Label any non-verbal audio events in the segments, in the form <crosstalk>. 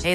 Hey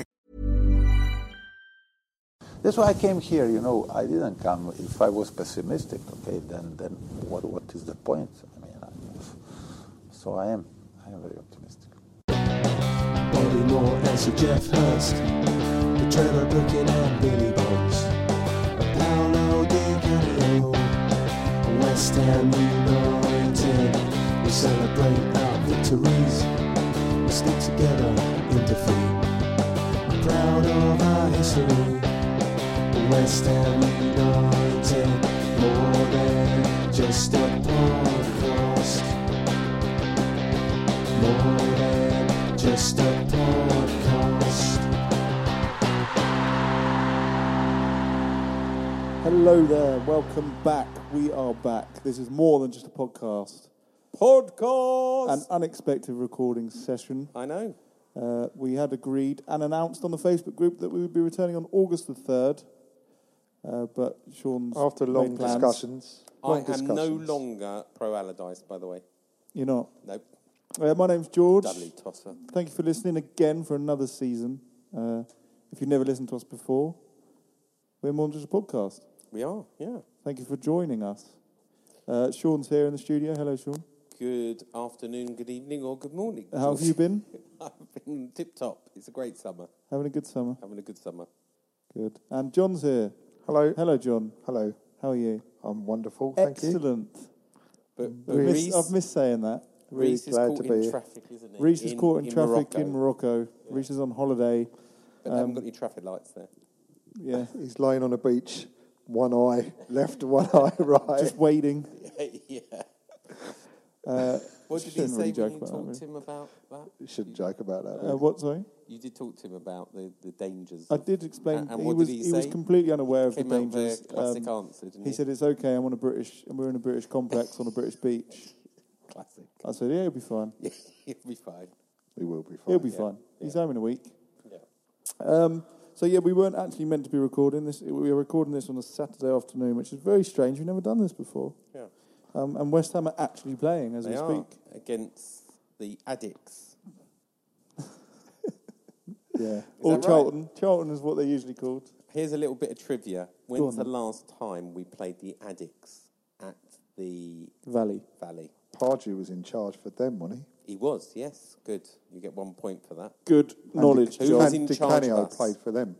That's why I came here, you know. I didn't come if I was pessimistic, okay, then, then what, what is the point? I mean, I, so I am, I am very optimistic. Bobby Moore and Sir Jeff Hurst, the Trevor Brookin and Billy Bones, a Paolo DiCaprio, a West Ham United. We celebrate our victories, we stick together in defeat. I'm proud of our history, the West Ham United, more than just a podcast. More than just a podcast. Hello there, welcome back. We are back. This is more than just a podcast, podcast. an unexpected recording session. Oh, I know. Uh, we had agreed and announced on the Facebook group that we would be returning on August the 3rd, uh, but Sean's. After made long plans. discussions. I Long am no discussions. longer pro Allardyce, by the way. You're not. Nope. Uh, my name's George. Dudley Tosser. Thank you for listening again for another season. Uh, if you've never listened to us before, we're more than just a podcast. We are, yeah. Thank you for joining us. Uh, Sean's here in the studio. Hello, Sean. Good afternoon, good evening, or good morning. How have you been? <laughs> I've been tip top. It's a great summer. Having a good summer. Having a good summer. Good. And John's here. Hello. Hello, John. Hello. How are you? I'm wonderful. Thank you. Excellent. But, Mm. but I've Reese, missed, I've missed saying that. really Reese is glad caught to be in here. traffic, isn't he? Reese is caught in, traffic in um, Morocco. Reese is on holiday. But they haven't got any traffic <laughs> lights there. <laughs> Yeah. He's lying on a beach, one eye left, one eye right. Just waiting. yeah. Uh, What did he shouldn't say really when joke you about that, talked really. to him about that? Shouldn't joke about that. uh, really. what, sorry? You did talk to him about the, the dangers. I of- did explain. And- and he what did was, he was say? completely unaware of the Came out with a dangers. Um, classic answer, didn't he he? said, it's okay, I'm on a British, and we're in a British complex on a British beach. Classic. <laughs> I said, yeah, it'll be fine. He'll be fine. He will be fine. He'll be fine. He's home in a week. Yeah. Um, so yeah, we weren't actually meant to be recording this. We were recording this on a Saturday afternoon, which is very strange. We've never done this before. Yeah. Um, and West Ham are actually playing as They we are speak. against the addicts. Yeah. or that right? Charlton. Charlton is what they're usually called. Here's a little bit of trivia. When's on the then. last time we played the addicts at the Valley. Valley? Pardew was in charge for them, wasn't He was, yes. Good. You get one point for that. Good he? knowledge, Andy, Who was John. in Andy charge of Canio us? played for them.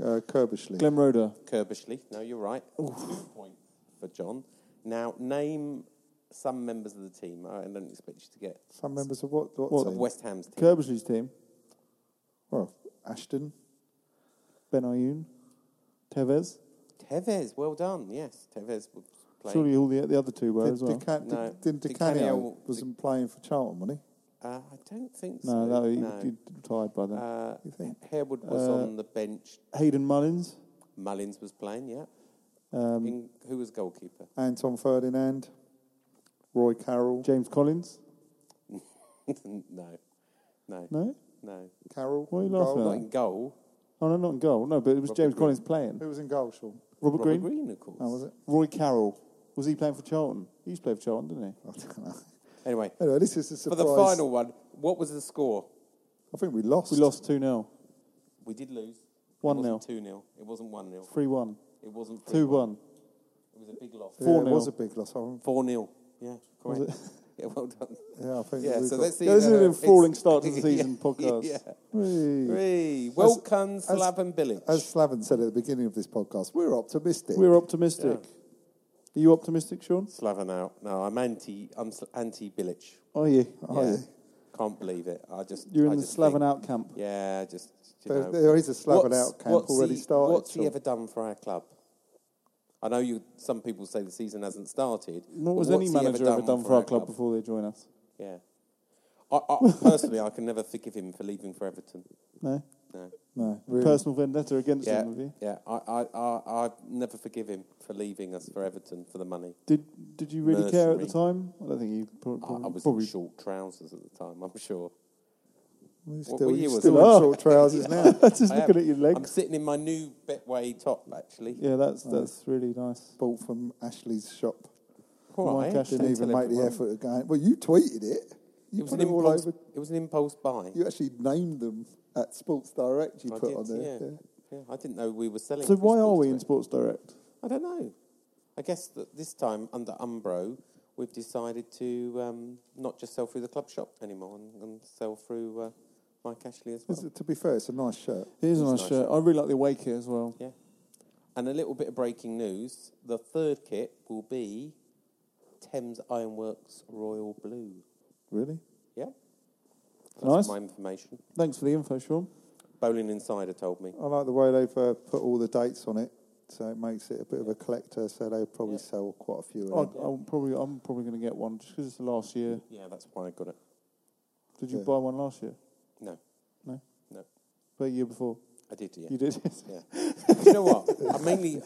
Uh, Kerbishley. Glen Roder. Kerbishley. No, you're right. Two points for John. Now, name some members of the team. I don't expect you to get Some members of what? What, of team? West Ham's team. Kerbersley's team. Well, Ashton. Ben Ayoun. Tevez. Tevez, well done. Yes, Tevez was playing. Surely all the, the other two were Did, as well. Deca- did- No. didn't Di Di Canio Canio w- wasn't playing for Charlton, wasn't he? Uh, I don't think no, so. no, he, he retired by then. Uh, You think? Harewood was Uh, on the bench. Hayden Mullins. Mullins was playing, yeah. Um, In, who was goalkeeper? <laughs> Anton Ferdinand. Roy Carroll. James Collins. no. No. No? No. Carroll. Why are you in goal. laughing at Not in goal. Oh, no, not in goal. No, but it was James Collins playing. Who was in goal, Sean? Robert, Robert Green. Green, of course. How Oh, was it? Roy Carroll. Was he playing for Charlton? He used to play for Charlton, didn't he? <laughs> I don't know. Anyway, Anyway, this is a for surprise. the final one, what was the score? I think we lost. We lost 2 0. We did lose. 1-0. 2 0. It wasn't 1 0. 3 1. It wasn't 2 3-1. 1. It was a big loss. Yeah, Four it was a nil. big loss. Oh, I remember. 4 0. Yeah, correct. <laughs> Yeah, well done. Yeah, I think. Yeah, we so got- let's see. Yeah, this is no, no, an it's- enthralling start to the <laughs> Yeah, season podcast. Yeah. Whee. Three. Welcome, as- Slaven Bilic. As Slaven said at the beginning of this podcast, we're optimistic. We're optimistic. Are you optimistic, Sean? Slaven out. No, I'm anti. I'm anti Bilic. Are you? Are you? <coughs> Can't believe it. I just. You're in I the just Slaven think- out camp. Yeah, I just. you There- know. there is a Slaven What's- out camp what's already he- started, What's he Sean. ever done for our club? I know you. Some people say the season hasn't started. What was but any what's he manager ever done, for our club before they join us? Yeah. I, <laughs> I, personally, I can never forgive him for leaving for Everton. No. No. No. Personal vendetta against him, have you? yeah. I, I, I, I never forgive him for leaving us for Everton for the money. Did Did you really care at the Mercenary. time? I don't think you pro- I, I probably. Mm, was probably in short trousers at the time. I'm sure. We're What still, were you, was still it? Oh. in short <laughs> trousers now. <laughs> just I looking am. at your legs. I'm sitting in my new Betway top actually. yeah, that's that's really nice. Bought from Ashley's shop. All right. Mike Ashley. Didn't Don't even tell make the everyone. effort of going. Well, you tweeted it. You It was put an them all impulse. over. It was an impulse buy. You actually named them at Sports Direct. You I put did, on there. yeah. yeah. Yeah, I didn't know we were selling. So why Chris are Paul's we in tweet. Sports Direct? I don't know. I guess that this time under Umbro, we've decided to um, not just sell through the club shop anymore and, and sell through uh, Mike Ashley as well. It's- To be fair, it's a nice shirt. It is a nice, nice. shirt. I really like the away kit as well. Yeah. And a little bit of breaking news: the third kit will be Thames Ironworks Royal Blue. Really? Yeah. That's Nice. my information. Thanks for the info, Sean. Bowling Insider told me. I like the way they've uh, put all the dates on it, so it makes it a bit of a collector. So they'll probably sell quite a few I, of them. I'm probably I'm probably going to get one just because it's the last year. Yeah, that's why I got it. Did you Yeah. buy one last year? No, No, no, the year before. I did. Yeah. You did. <laughs> Yeah. you know what? I mainly,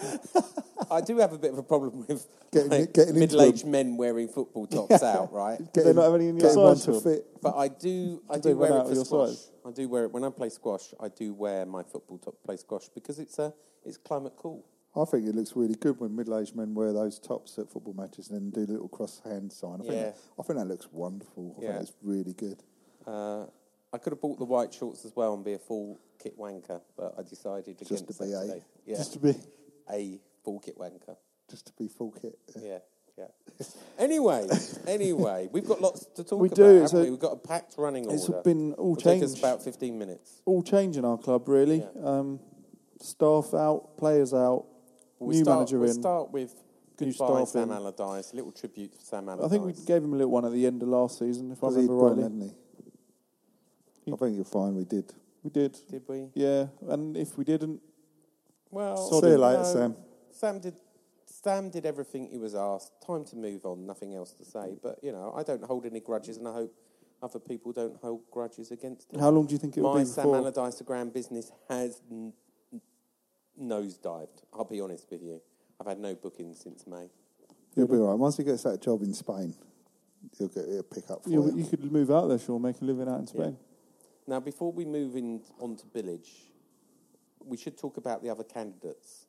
I do have a bit of a problem with Getting- like, getting into middle-aged men wearing <laughs> football tops out, right? Did they not have any in your Getting one size? to Sean? fit. But I do, I Did they do wear run it out for of your squash. size? I do wear it when I play squash. I do wear my football top to play squash because it's a, it's climate cool. I think it looks really good when middle-aged men wear those tops at football matches and then do the little cross-hand sign. I think, Yeah. that, I think that looks wonderful. I Yeah. think it's really good. Uh, I could have bought the white shorts as well and be a full kit wanker, but I decided Just against to be that a- today. Yeah, Just to be. a full kit wanker. Just to be full kit. Yeah, yeah. anyway, anyway, we've got lots to talk We about, do, haven't so we? We've got a packed running order. it's been all It'll take us changed. about 15 minutes. all change in our club, really. Yeah. Um, staff out, players out, We'll new start, manager we'll in. start with New goodbye, staff Sam in. Allardyce. Little tribute to Sam I Allardyce. think we gave him a little one at the end of last season, if I Because he'd remember gone, rightly. hadn't he? I think you're fine. We did. We did. Did we? Yeah, and if we didn't, Well, Sod See you him. later, Sam. Sam did. Sam did everything he was asked. Time to move on. Nothing else to say. But you know, I don't hold any grudges, and I hope other people don't hold grudges against him. how long do you think it will My be Sam before? Allardyce the Grand business has n- n- nosedived. I'll be honest with you. I've had no bookings since May. He'll be all right. Once he gets that job in Spain, he'll get he'll pick up for You, you. you could move out there, sure, make a living out in Spain. Now, before we move in on to Village, we should talk about the other candidates.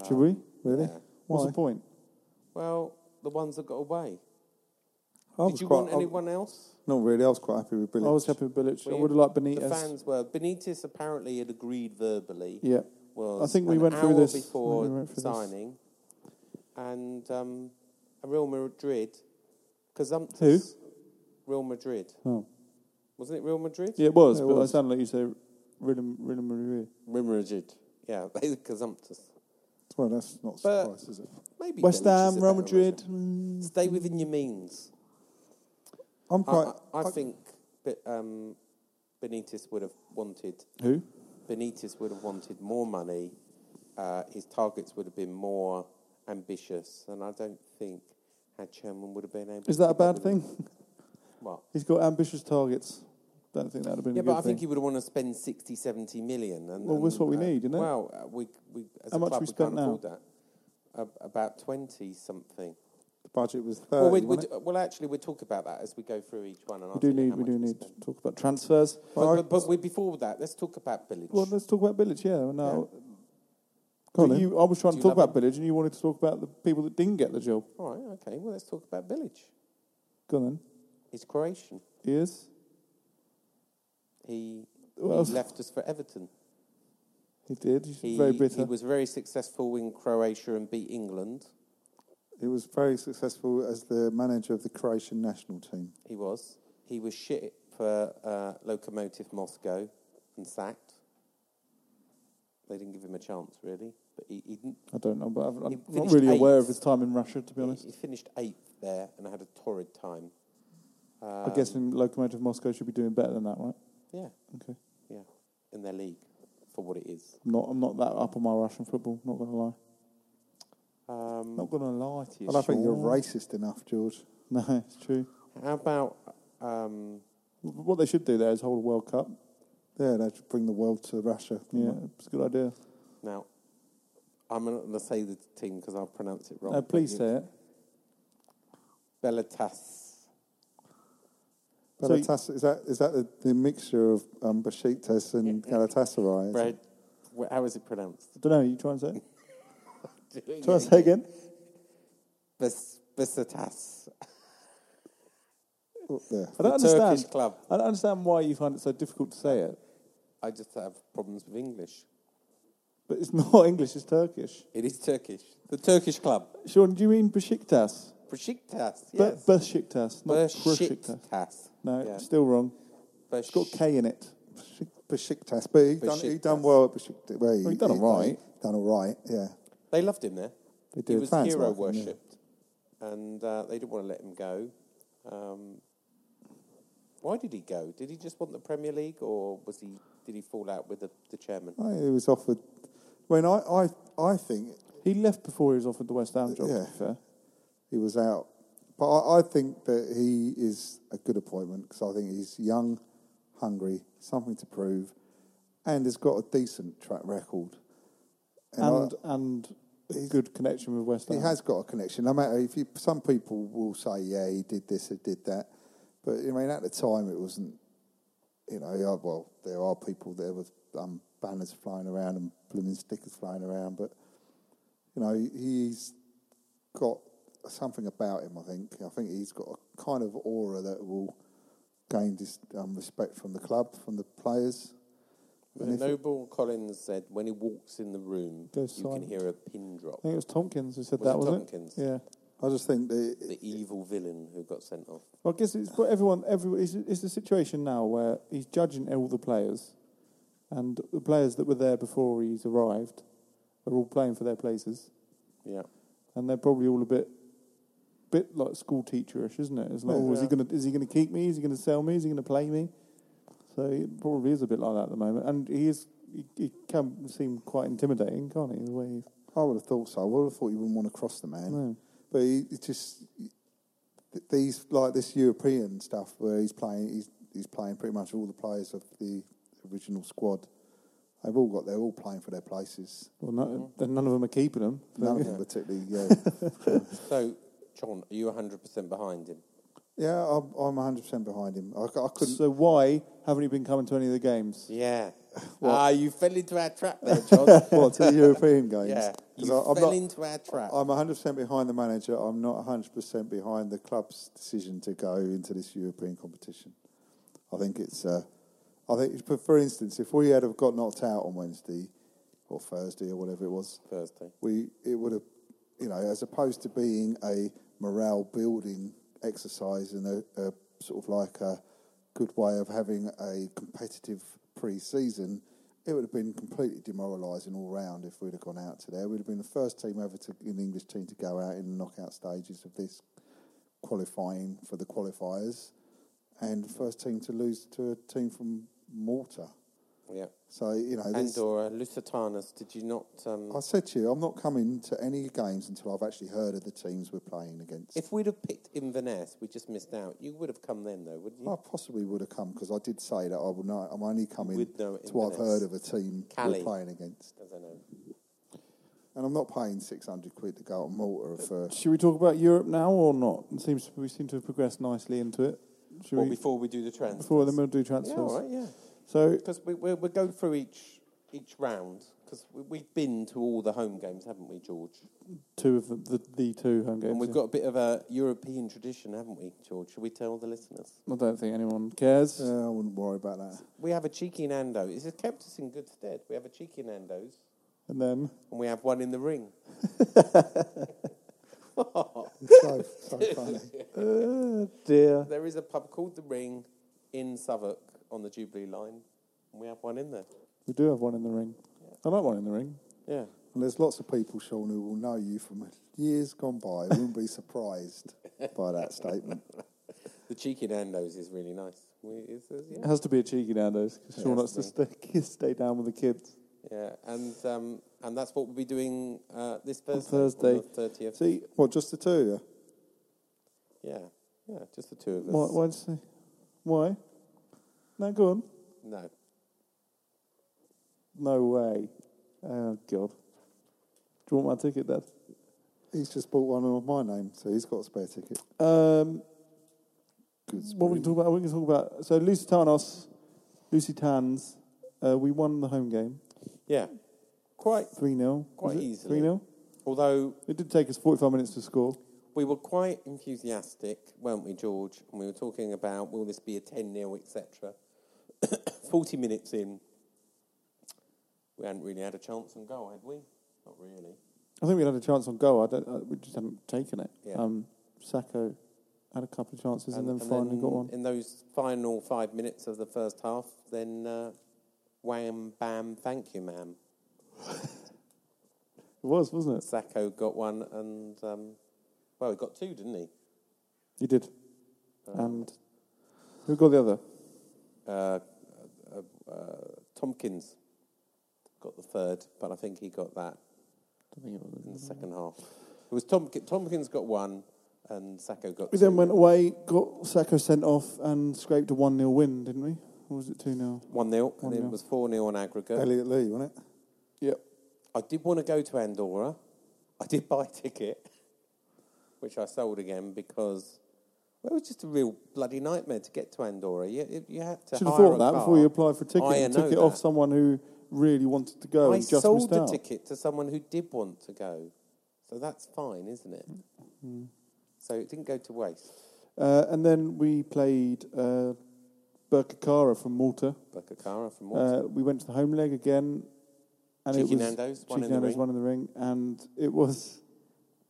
Uh, Should we? Really? Yeah. What's Why? the point? Well, the ones that got away. I was Did you quite- want I- anyone else? Not really. I was quite happy with Billy. I was happy with Bilic. I Well, would have liked The Benitez. fans were. Benitez apparently had agreed verbally. Yeah. Was I think we an went through hour this. before We went through this. signing, and um, Real Madrid, Cazumtus. Who? Real Madrid. Oh. Wasn't it Real Madrid? Yeah, it was, It but was. I sound like you say Rhythm, Rhythm, Rhythm. Real Madrid. Yeah, <laughs> they were Cazumtus. Well, that's not a But- surprise, is it? Maybe West Bilic is Ham, a Real better Madrid. Mm. option. Stay within your means. I'm I, quite. I, I think Be- um, Benitez would have wanted Who? Benitez would have wanted more money. Uh, his targets would have been more ambitious, and I don't think had Sherman would have been able. Is to that a keep up bad with thing? <laughs> him. Well, He's got ambitious targets. Don't think that'd have been yeah, a good but I thing. think he would have wanted to spend 60, 70 million. And, Well, and, that's what we need, isn't it? Well, uh, we, we as How a much club, we we, spent can't now? afford that. Ab- about twenty something. the budget was 30. well, we, we wasn't d- well, actually, we'll talk about that as we go through each one. And I'll Uh, We do tell you need how we much do need to spent. talk about transfers. But, but, but we, before that, let's talk about Village. Well, let's talk about Billage. Yeah, no. Go on But then. you, I was trying to Do you talk love about Billage, and you wanted to talk about the people that didn't get the job. All right, okay. Well, let's talk about Village. Go on then. He's Croatian. He is. He, Well- <laughs> he left us for Everton. He did. He's He, very he bitter. was very successful in Croatia and beat England. He was very successful as the manager of the Croatian national team. He was. He was shit for uh, Lokomotiv Moscow and sacked. They didn't give him a chance, really. But he, he didn't. I don't know, but I've, I'm He not finished really aware eighth. of his time in Russia, to be honest. He, he finished eighth there and had a torrid time. I um, guess in Lokomotiv Moscow should be doing better than that, right? Yeah, Okay. yeah. In their league, for what it is. I'm not, I'm not that up on my Russian football, not going to lie. Um, Not going to lie to you. I don't think you're Sean. racist enough, George. <laughs> No, it's true. how about um, W- What they should do there is hold a World Cup. Yeah, they should bring the world to Russia. Yeah, Mm-hmm. it's a good idea. now? I'm not going to say the team because I'll pronounce it wrong. No, Uh, please But say it. Besiktas. Galatasaray, is that is that the, the mixture of um, Besiktas and Galatasaray? is it? Red. wh- How is it pronounced? don't know, you try and say <laughs> it. try and say again. Bes- Besiktas. Up there. I don't The Turkish understand. club. I don't understand why you find it so difficult to say it. I just have problems with English. But it's <laughs> not English, it's Turkish. It is Turkish. The Turkish club. Sean, do you mean Besiktas? Besiktas. Be- Yes. Besiktas, not Besiktas. Besiktas. No, Yeah. still wrong. Besh- It's got K in it. Besiktas, but he done he done Besiktas. well at Besiktas. Well, he, Oh, he done all right. Done all right. Yeah. They loved him there. They He did. was Fans hero like him, yeah. worshipped, and uh, they didn't want to let him go. Um, why did he go? Did he just want the Premier League, or was he? Did he fall out with the, the chairman? I, he was offered. I mean, I I, I think He left before he was offered the West Ham job, Yeah. to be fair. he was out. But I, I think that he is a good appointment because I think he's young, hungry, something to prove, and has got a decent track record. And, and, a good connection with West Ham. He has got a connection. No matter if you, some people will say, yeah, he did this, he did that. But I mean, at the time, it wasn't. You know, yeah, well, there are people there with um, banners flying around and blooming stickers flying around, but you know, he's got something about him. I think. I think he's got a kind of aura that will gain this um, respect from the club, from the players. And Noble Collins said, "When he walks in the room, Go you can silent. hear a pin drop." I think it was Tompkins who said Was that, it was Tompkins? it? Yeah. I just think that The evil villain who got sent off. Well, I guess it's for everyone. Every it's, it's the situation now where he's judging all the players, and the players that were there before he's arrived are all playing for their places, Yeah. and they're probably all a bit, bit like school teacherish, isn't it? It's like, oh, is he gonna is he gonna keep me? Is he gonna sell me? Is he gonna play me? So it probably is a bit like that at the moment, and he is. He, he can seem quite intimidating, can't he? The way he's I would have thought so. I would have thought you wouldn't want to cross the man. But he, it just th- these like this European stuff where he's playing. He's he's playing pretty much all the players of the original squad. They've all got. They're all playing for their places. well, no, then none of them are keeping him. None <laughs> of them <laughs> particularly. Yeah, So, John, are you hundred percent behind him? yeah. I'm I'm 100 percent behind him. I, c- I couldn't. So why haven't he been coming to any of the games? Yeah. Ah, you fell into our trap there, <laughs> John. <laughs> What to the <laughs> European games? yeah. 'Cause You I- I'm fell not- into our trap. I'm 100% behind the manager. I'm not 100% behind the club's decision to go into this European competition. I think it's. Uh, I think, but for instance, if we had have got knocked out on Wednesday or Thursday or whatever it was, Thursday. we it would have, you know, as opposed to being a morale building exercise and a, a sort of like a good way of having a competitive pre-season, it would have been completely demoralising all round if we'd have gone out to there. We'd have been the first team ever to an English team to go out in the knockout stages of this qualifying for the qualifiers, and the first team to lose to a team from Malta. Yeah. So you know, this- Andorra, Lusitanus, did you not? Um, I said to you, I'm not coming to any games until I've actually heard of the teams we're playing against. if we'd have picked Inverness, we just missed out. You would have come then, though, wouldn't you? I possibly would have come because I did say that I would not. I'm only coming With no till I've Inverness. heard of a team Cali. we're playing against, I don't know. and I'm not paying 600 quid to go on Malta <laughs> for. Should we talk about Europe now or not? It seems we seem to have progressed nicely into it. Should Well, we, before we do the transfer. before then we'll do Yeah, transfers. all right, yeah. So Because we, we, we'll go through each each round, because we, we've been to all the home games, haven't we, George? two of the, the, the two home games. And we've yeah. got a bit of a European tradition, haven't we, George? Should we tell the listeners? I don't think anyone cares. Yeah, I wouldn't worry about that. <laughs> We have a cheeky Nando. It's kept us in good stead. We have a cheeky Nando's. And then and we have one in the ring. so, so funny. Oh, dear. There is a pub called The Ring in Southwark on the Jubilee line, and we have one in there. We do have one in the ring. I like one in the ring. Yeah. And there's lots of people, Sean, who will know you from years gone by. Wouldn't be surprised by that statement. The cheeky Nando's is really nice. We, it's, it's- yeah. It has to be a cheeky Nando's because Sean wants to stay, <laughs> stay down with the kids. yeah, and um, and that's what we'll be doing uh, this Thursday, Thursday. thirtieth. See, Well, just the two of you. Yeah, yeah, just the two of us. why, why'd you say? Why? No, go on. No, No way. Oh, God. Do you want my ticket, Dad? He's just bought one of my name, so he's got a spare ticket. Um, Good what we can talk about? We can talk about. So, Lusitanos, Lusitans, uh, we won the home game yeah, quite 3 0. quite easily. 3 0. Although It did take us 45 minutes to score. we were quite enthusiastic, weren't we, George? And we were talking about will this be a 10 0, <coughs> etc. 40 minutes in, we hadn't really had a chance on goal, had we? Not really. I think we had a chance on goal. I don't, I, we just haven't taken it. Yeah. Um, Sacco had a couple of chances and, then finally got one. In those final five minutes of the first half, then uh, wham, bam, thank you, ma'am. It was, wasn't it? Sacco got one, and um, well, he got two, didn't he? He did. and who got the other? uh, uh, uh, Tompkins got the third, but I think he got that in the second half. It was Tompkins, Tompkins got one, and Sacco got We two. then went away, got Sacco sent off, and scraped a 1 0 win, didn't we? Or was it 2 0? one nil, and it was four nil on aggregate. Elliot Lee, wasn't it? Yep. I did want to go to Andorra. <laughs> I did buy a ticket, which I sold again because well, it was just a real bloody nightmare to get to Andorra. You, you- you had to Should have hire thought a that car. Oh, before you applied for a ticket I and know took it off that. someone who really wanted to go I and just sold missed the out. ticket to someone who did want to go, so that's fine, isn't it? Mm-hmm. So it didn't go to waste. Uh, and then we played uh, Burkakara from Malta. Bakakara from Malta. Uh, we went to the home leg again, and Cheeky it was Nando's, Cheeky one in the Nando's, ring. one in the ring, and it was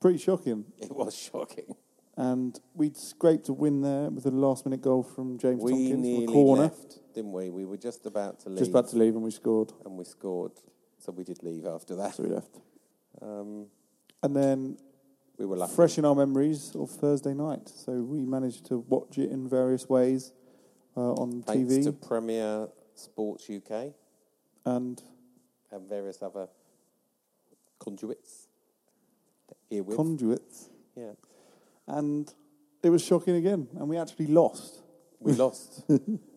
pretty shocking. <laughs> it was shocking. And we'd scraped a win there with a last-minute goal from James We Tompkins from nearly a corner, left, didn't we? We were just about to leave, just about to leave, and we scored, and we scored. So we did leave after that. so we left. Um, And then we were lucky. fresh in our memories of Thursday night, so we managed to watch it in various ways uh, on thanks TV to Premier Sports UK and and various other conduits. Here with conduits, yeah, and it was shocking again, and we actually lost. we <laughs> lost.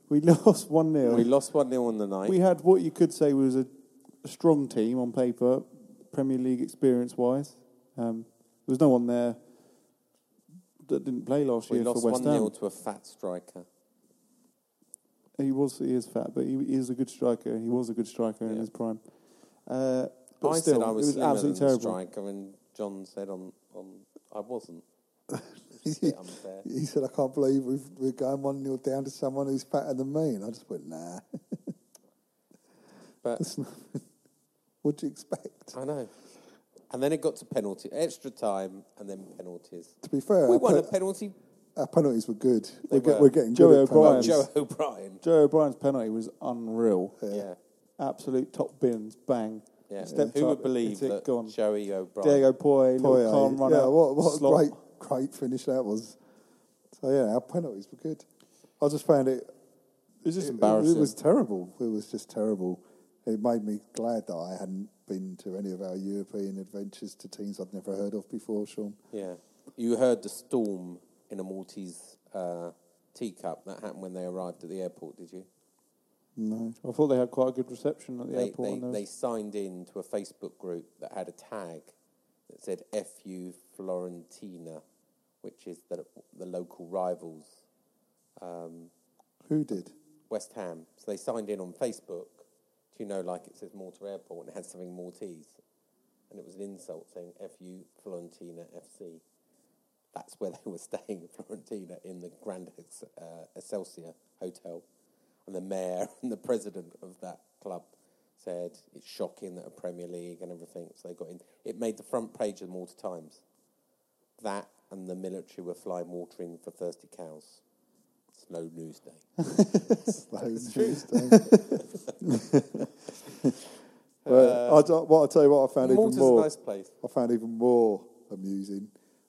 We lost one 0 we lost one 0 on the night. We had what you could say was a, a strong team on paper, Premier League experience wise. Um, there was no one there that didn't play last We year for lost West one 0 Ham. to a fat striker. He was he is fat, but he, he is a good striker. He was a good striker in Yeah. his prime. Uh, but I still, said I was, it was slimmer absolutely than the terrible. striker, and John said on, on I <laughs> wasn't. It's a bit unfair. He said, I can't believe we've, we're going 1 0 down to someone who's fatter than me. And I just went, nah. <laughs> But What'd you expect? I know. And then it got to penalty, extra time, and then penalties. To be fair, we our, won a pe- penalty. our penalties were good. We're, were. get, we're getting Joey good at O'Brien. penalties. Joe O'Brien. Joe O'Brien's penalty was unreal. Yeah, Absolute top bins, bang. yeah. Stepped Who up, would believe hit it, that gone. Joey O'Brien? Diego Poy, Boy, little calm eh? run yeah, out, what, what a slot. great, great finish that was. So, yeah, our penalties were good. I just found it It was just it- embarrassing. It was terrible. It was just terrible. It made me glad that I hadn't been to any of our European adventures to teams I'd never heard of before, Sean. Yeah. You heard the storm in a Maltese uh, teacup that happened when they arrived at the airport, did you? I thought they had quite a good reception at the they, airport. they, and there was- they signed in to a Facebook group that had a tag that said FU Florentina, which is the, the local rivals, um, Who did? West Ham. So they signed in on Facebook, do you know, like it says Malta Airport and it had something Maltese. And it was an insult saying FU Florentina FC. That's where they were <laughs> staying in Florentina in the Grand Ex- uh, Excelsior Hotel. And the mayor <laughs> and the president of that club said it's shocking that a Premier League and everything. So they got in. It made the front page of the Malta Times. That and the military were fly watering for thirsty cows. Slow news day. That's <laughs> but I don't, what I tell you, what I found Malta's even a more, nice place. I found even more amusing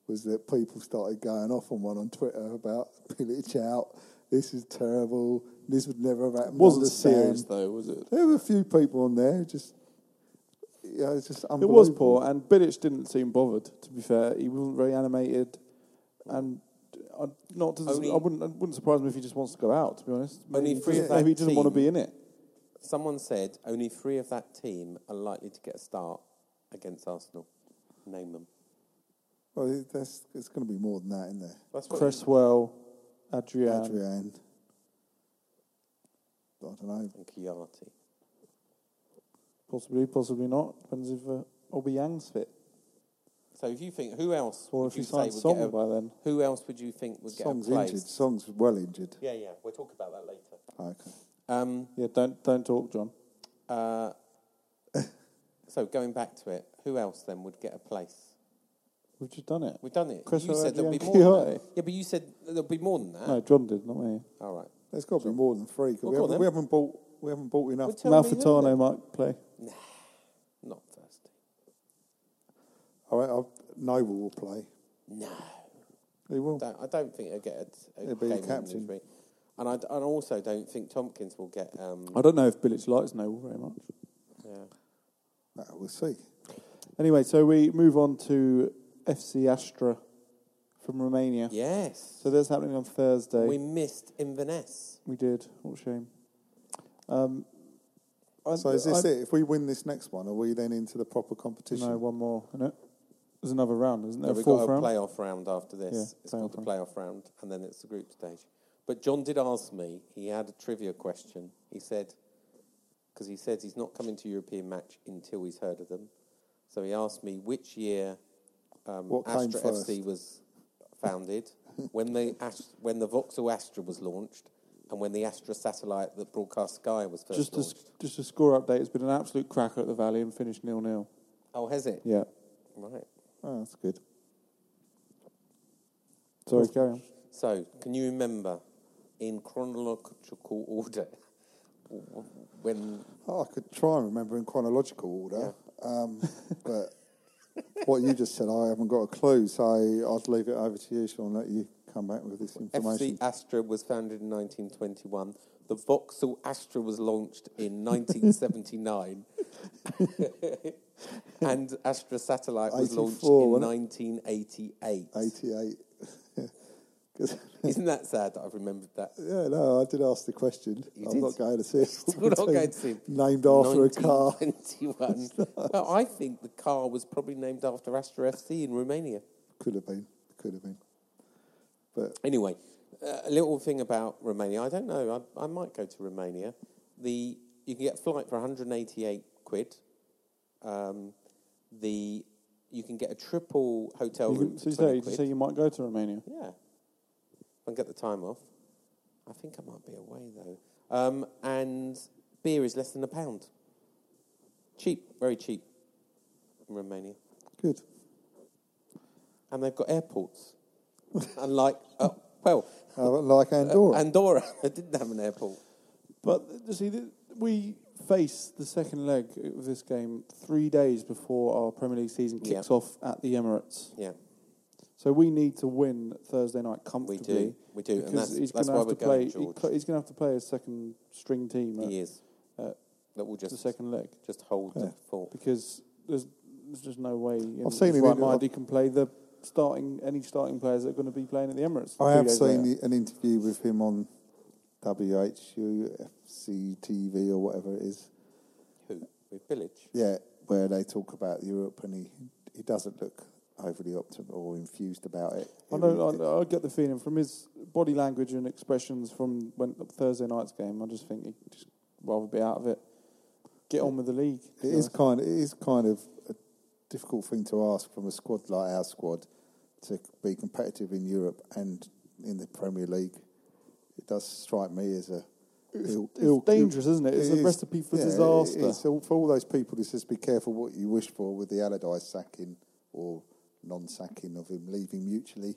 was that people started going off on one on Twitter about <laughs> Pilic out. This is terrible. This would never have happened. wasn't under Sam." serious though, was it? There were a few people on there just. Yeah, it's just It was unbelievable. poor, and Bilic didn't seem bothered. To be fair, he wasn't very animated, and I, not. To, Only- I wouldn't. I wouldn't surprise me if he just wants to go out. To be honest, Only he three doesn't- of that maybe he doesn't want to team- be in it. Someone said only three of that team are likely to get a start against Arsenal. Name them. Well, it- that's it's going to be more than that, isn't there? That's what Cresswell, Adrian, Adrian. I don't know. and Chiati. possibly, possibly not. Depends if uh, Obi Yang's fit. So if you think who else Or would if you he say signs would Song get a, by then. who else would you think would get Song's a place? injured. Song's well injured. Yeah, yeah, we'll talk about that later. Okay. Um, Yeah, don't don't talk, John. uh, so going back to it, who else then would get a place? We've just done it. We've done it. Chris you said there'll be O'Reilly more. and Than that. Chiari. Yeah, but you said there'll be more than that. No, John did, not me. All right. There's got to be more than three. 'cause Well, we, go on haven't, then. we haven't bought we haven't bought enough. Well, tell me who Malfitano might play. Not thirsty. All right, I've, Noble will play. No. He will. Don't, I don't think he'll get a, a He'll game be the in this captain. week. And I, d- and also don't think Tompkins will get. Um, I don't know if Bilic likes Noble very much. yeah. No, we'll see. Anyway, so we move on to FC Astra from Romania. Yes. So that's happening on Thursday. we We, missed Inverness. did. What a shame. Um, So is this I, it? If we win this next one, are we then into the proper competition? No, one more. No, there's another round, isn't there? No, we've got Fourth a round. playoff round after this. Yeah, it's called playoff the playoff round, and then it's the group stage. But John did ask me. He had a trivia question. He said, because he says he's not coming to European match until he's heard of them. So he asked me which year um, What came Astra FC first? was founded, <laughs> when the Ast- when the Vauxhall Astra was launched, and when the Astra satellite that broadcast Sky was first Just a, launched. s- just a score update. It's been an absolute cracker at the Valley and finished nil nil. Oh, has it? Yeah. Right. Oh, that's good. Sorry, carry on. So, can you remember in chronological <laughs> order when Oh, I could try and remember in chronological order, <laughs> um, but what you just said, I haven't got a clue. So I'd leave it over to you, Sean. Let you come back with this information. FC Astra was founded in 1921, the Vauxhall Astra was launched <laughs> in 1979, <laughs> and Astra Satellite was launched 84, in wasn't it? 1988. Eighty-eight. <laughs> 'Cause- Isn't that sad that I've remembered that? yeah, no, I did ask the question. I'm did. not going to see <laughs> it. Still not going to see him. Named after a car. <laughs> 1921. well, I think the car was probably named after Astra FC in Romania. Could have been. Could have been. But Anyway, uh, a little thing about Romania. I don't know. I, I might go to Romania. The you can get a flight for 188 quid. Um, the you can get a triple hotel You room. can- for so you say, 20 you quid. say you might go to Romania. Yeah. If I can get the time off. I think I might be away though. Um, and beer is less than a pound. Cheap, very cheap in Romania. good. And they've got airports. Unlike, uh, <laughs> well, Uh, like Andorra. Andorra <laughs> didn't have an airport. But you see, th- we face the second leg of this game three days before our Premier League season Yeah. kicks off at the Emirates. Yeah, So we need to win Thursday night comfortably. We do, and because that's- he's that's gonna why have we're to play, going, George. he cl- he's going to have to play a second string team at he is. uh, That will just the second leg just hold the fort. because there's there's just no way in I've seen his him right in- mind I've- he can play the starting any starting players that are going to be playing at the Emirates. I three have days seen later. the, an interview with him on WHUFC TV or whatever it is. Who with Village? Yeah, where they talk about Europe and he he doesn't look overly optimistic or infused about it. I know. I, know- I get the feeling from his body language and expressions from when Thursday night's game. I just think he would just rather be out of it. Get on with the league. It is kind. It is kind of a difficult thing to ask from a squad like our squad to be competitive in Europe and in the Premier League. It does strike me as a ill- it's dangerous, isn't it? It's a recipe for disaster. It's all, for all those people who says be careful what you wish for with the Allardyce sacking or non sacking of him, leaving mutually.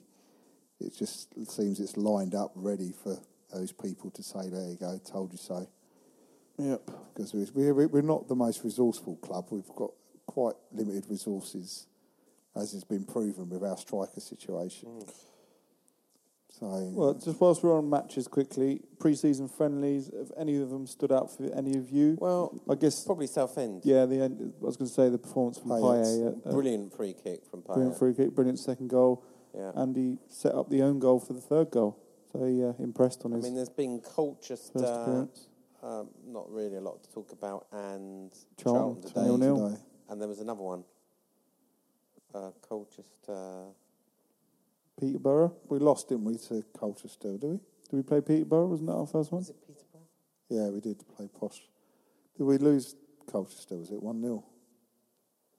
It just seems it's lined up ready for those people to say, there you go, told you so. Yep. Because we're, we're, we're not the most resourceful club. We've got quite limited resources, as has been proven with our striker situation. So, Well, just whilst we're on matches quickly, pre-season friendlies. Have any of them stood out for any of you? Well, I guess probably Southend. yeah. The end, I was going to say the performance from Paye, Payet. uh, Brilliant free kick from Payet. brilliant free kick, brilliant second goal, Yeah. and he set up the own goal for the third goal. So he uh, impressed on I his mean, there's been first Colchester, appearance. um, not really a lot to talk about, and Charlton, Charlton, today. nil-nil. no. And there was another one. Uh, Colchester. Peterborough. we lost, didn't we, to Colchester, did we? Did we play Peterborough? Wasn't that our first one? Was it Peterborough? Yeah, we did play Posh. Did we lose Colchester? Was it 1 0?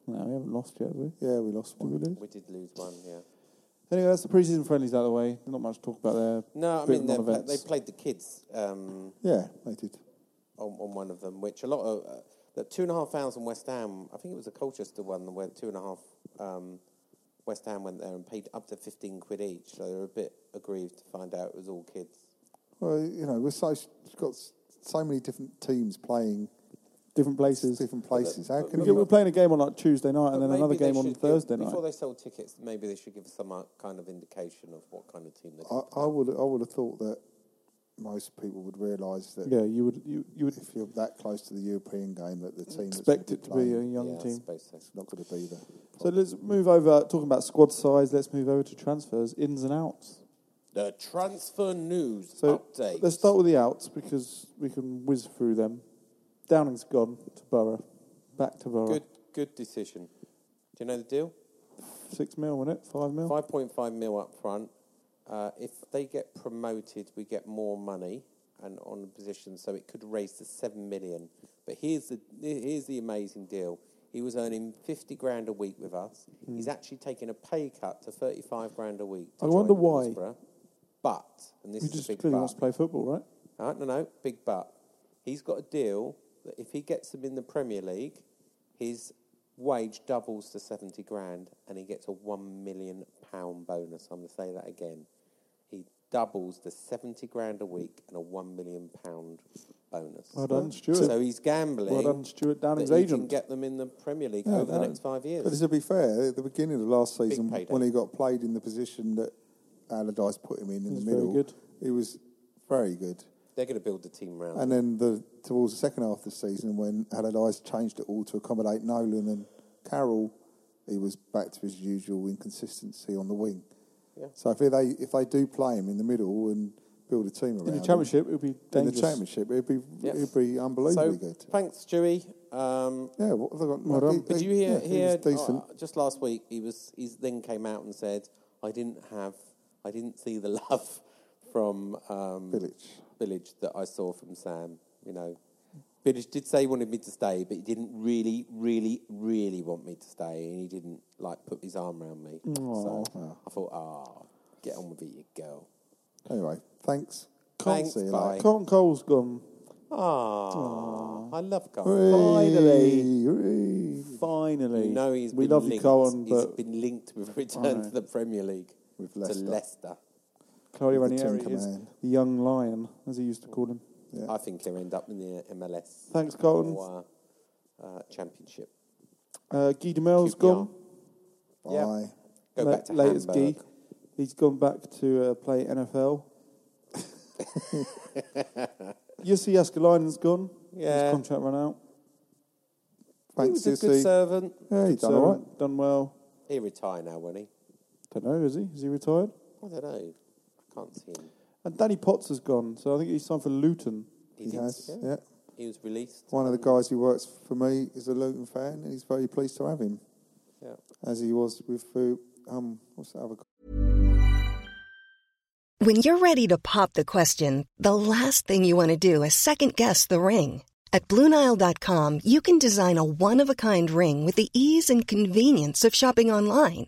No, we haven't lost yet. Have we? Yeah, we lost Did we 1 lose? We did lose one, yeah. Anyway, that's the pre-season friendlies out of the way. Not much to talk about there. No, I Bit mean, of they, pla- non-events. they played the kids um, Yeah, they did. on, on one of them, which a lot of. Uh, the two and a half thousand West Ham, I think it was a Colchester one where two and a half um, West Ham went there and paid up to 15 quid each. So they were a bit aggrieved to find out it was all kids. Well, you know, we're so we've got s- so many different teams playing different places. different places. How can Yeah, you? we're not- playing a game on like Tuesday night, and But then another maybe they game on should give- Thursday night. Before they sell tickets, maybe they should give some uh, kind of indication of what kind of team they're I, I would I would have thought that most people would realise that Yeah, you would you you would if you're that close to the European game, that the team that's expect gonna it to be a playing young yeah, I team. suppose so. is not going to be there. So let's move over. Talking about squad size, let's move over to transfers, ins and outs. The transfer news So update. let's start with the outs because we can whiz through them. Downing's gone to Borough, back to Borough. Good, good decision. Do you know the deal? Six mil, wasn't it? Five mil. Five point five mil up front. Uh, if they get promoted, we get more money and on the position, so it could raise to seven million. But here's the here's the amazing deal. He was earning fifty grand a week with us. He's actually taking a pay cut to thirty five grand a week. to Hmm. I wonder join why. Middlesbrough. But and this He is just a big clearly but. wants to play football, right? Right, no, no, big but. He's got a deal that if he gets them in the Premier League, his wage doubles to 70 grand and he gets a £1 million pound bonus. I'm going to say that again. He doubles to 70 grand a week and a £1 million pound bonus. Well done, Stuart. So he's gambling. Well done, Stuart that Downing's he can agent. get them in the Premier League over the next five years. But to be fair, at the beginning of last season, payday. when he got played in the position that Allardyce put him in in was the very middle, good. he was very good. They're going to build the team round. And then the towards the second half of the season, when Allardyce changed it all to accommodate Nolan and Carroll, he was back to his usual inconsistency on the wing. Yeah. So if they if they do play him in the middle and build a team around In the him, championship, it'll be in the dangerous. championship, it'd be Yeah. it'd be so, unbelievably good. thanks, Stewie. Um, Yeah, what have they got? Well done. he- But he- you hear, yeah, he hear was decent. uh, just last week he was he then came out and said I didn't have I didn't see the <laughs> love from um, Bilic. Village that I saw from Sam. You know, Village did say he wanted me to stay, but he didn't really, really, really want me to stay, and he didn't like put his arm around me. So I thought, ah, get on with it, you girl. Anyway, thanks. Thanks, See you bye. later. Cotton Cole's gone. Ah, I love Carl. Finally. Hooray. Finally. You know he's we been love you, linked. Cohen, he's but been linked with return know. to the Premier League With to Leicester. Leicester. Claudio with the Ranieri Tin is Command. the young lion, as he used to call him. I think he'll end up in the MLS. Thanks, Colton. Or, uh, uh, championship. Uh, Guy Demel's QPR. gone. Yeah. Bye. Go La- back to latest Hamburg. Guy. He's gone back to uh, play <laughs> NFL. Jussi Askelainen's gone. Yeah. His contract ran out. He Thanks, was a good Sissy. servant. Yeah, you Good done all right. servant, Done well. He retired now, won't he? Don't know, is he? Is he retired? I don't know. I can't see him. And Danny Potts has gone, so I think he's signed for Luton. He, He did, has, yeah. yeah. He was released. One of the guys who works for me is a Luton fan, and he's very pleased to have him, Yeah. as he was with uh, um, what's the other guy? When you're ready to pop the question, the last thing you want to do is second guess the ring. At Bluenile.com, you can design a one of a kind ring with the ease and convenience of shopping online.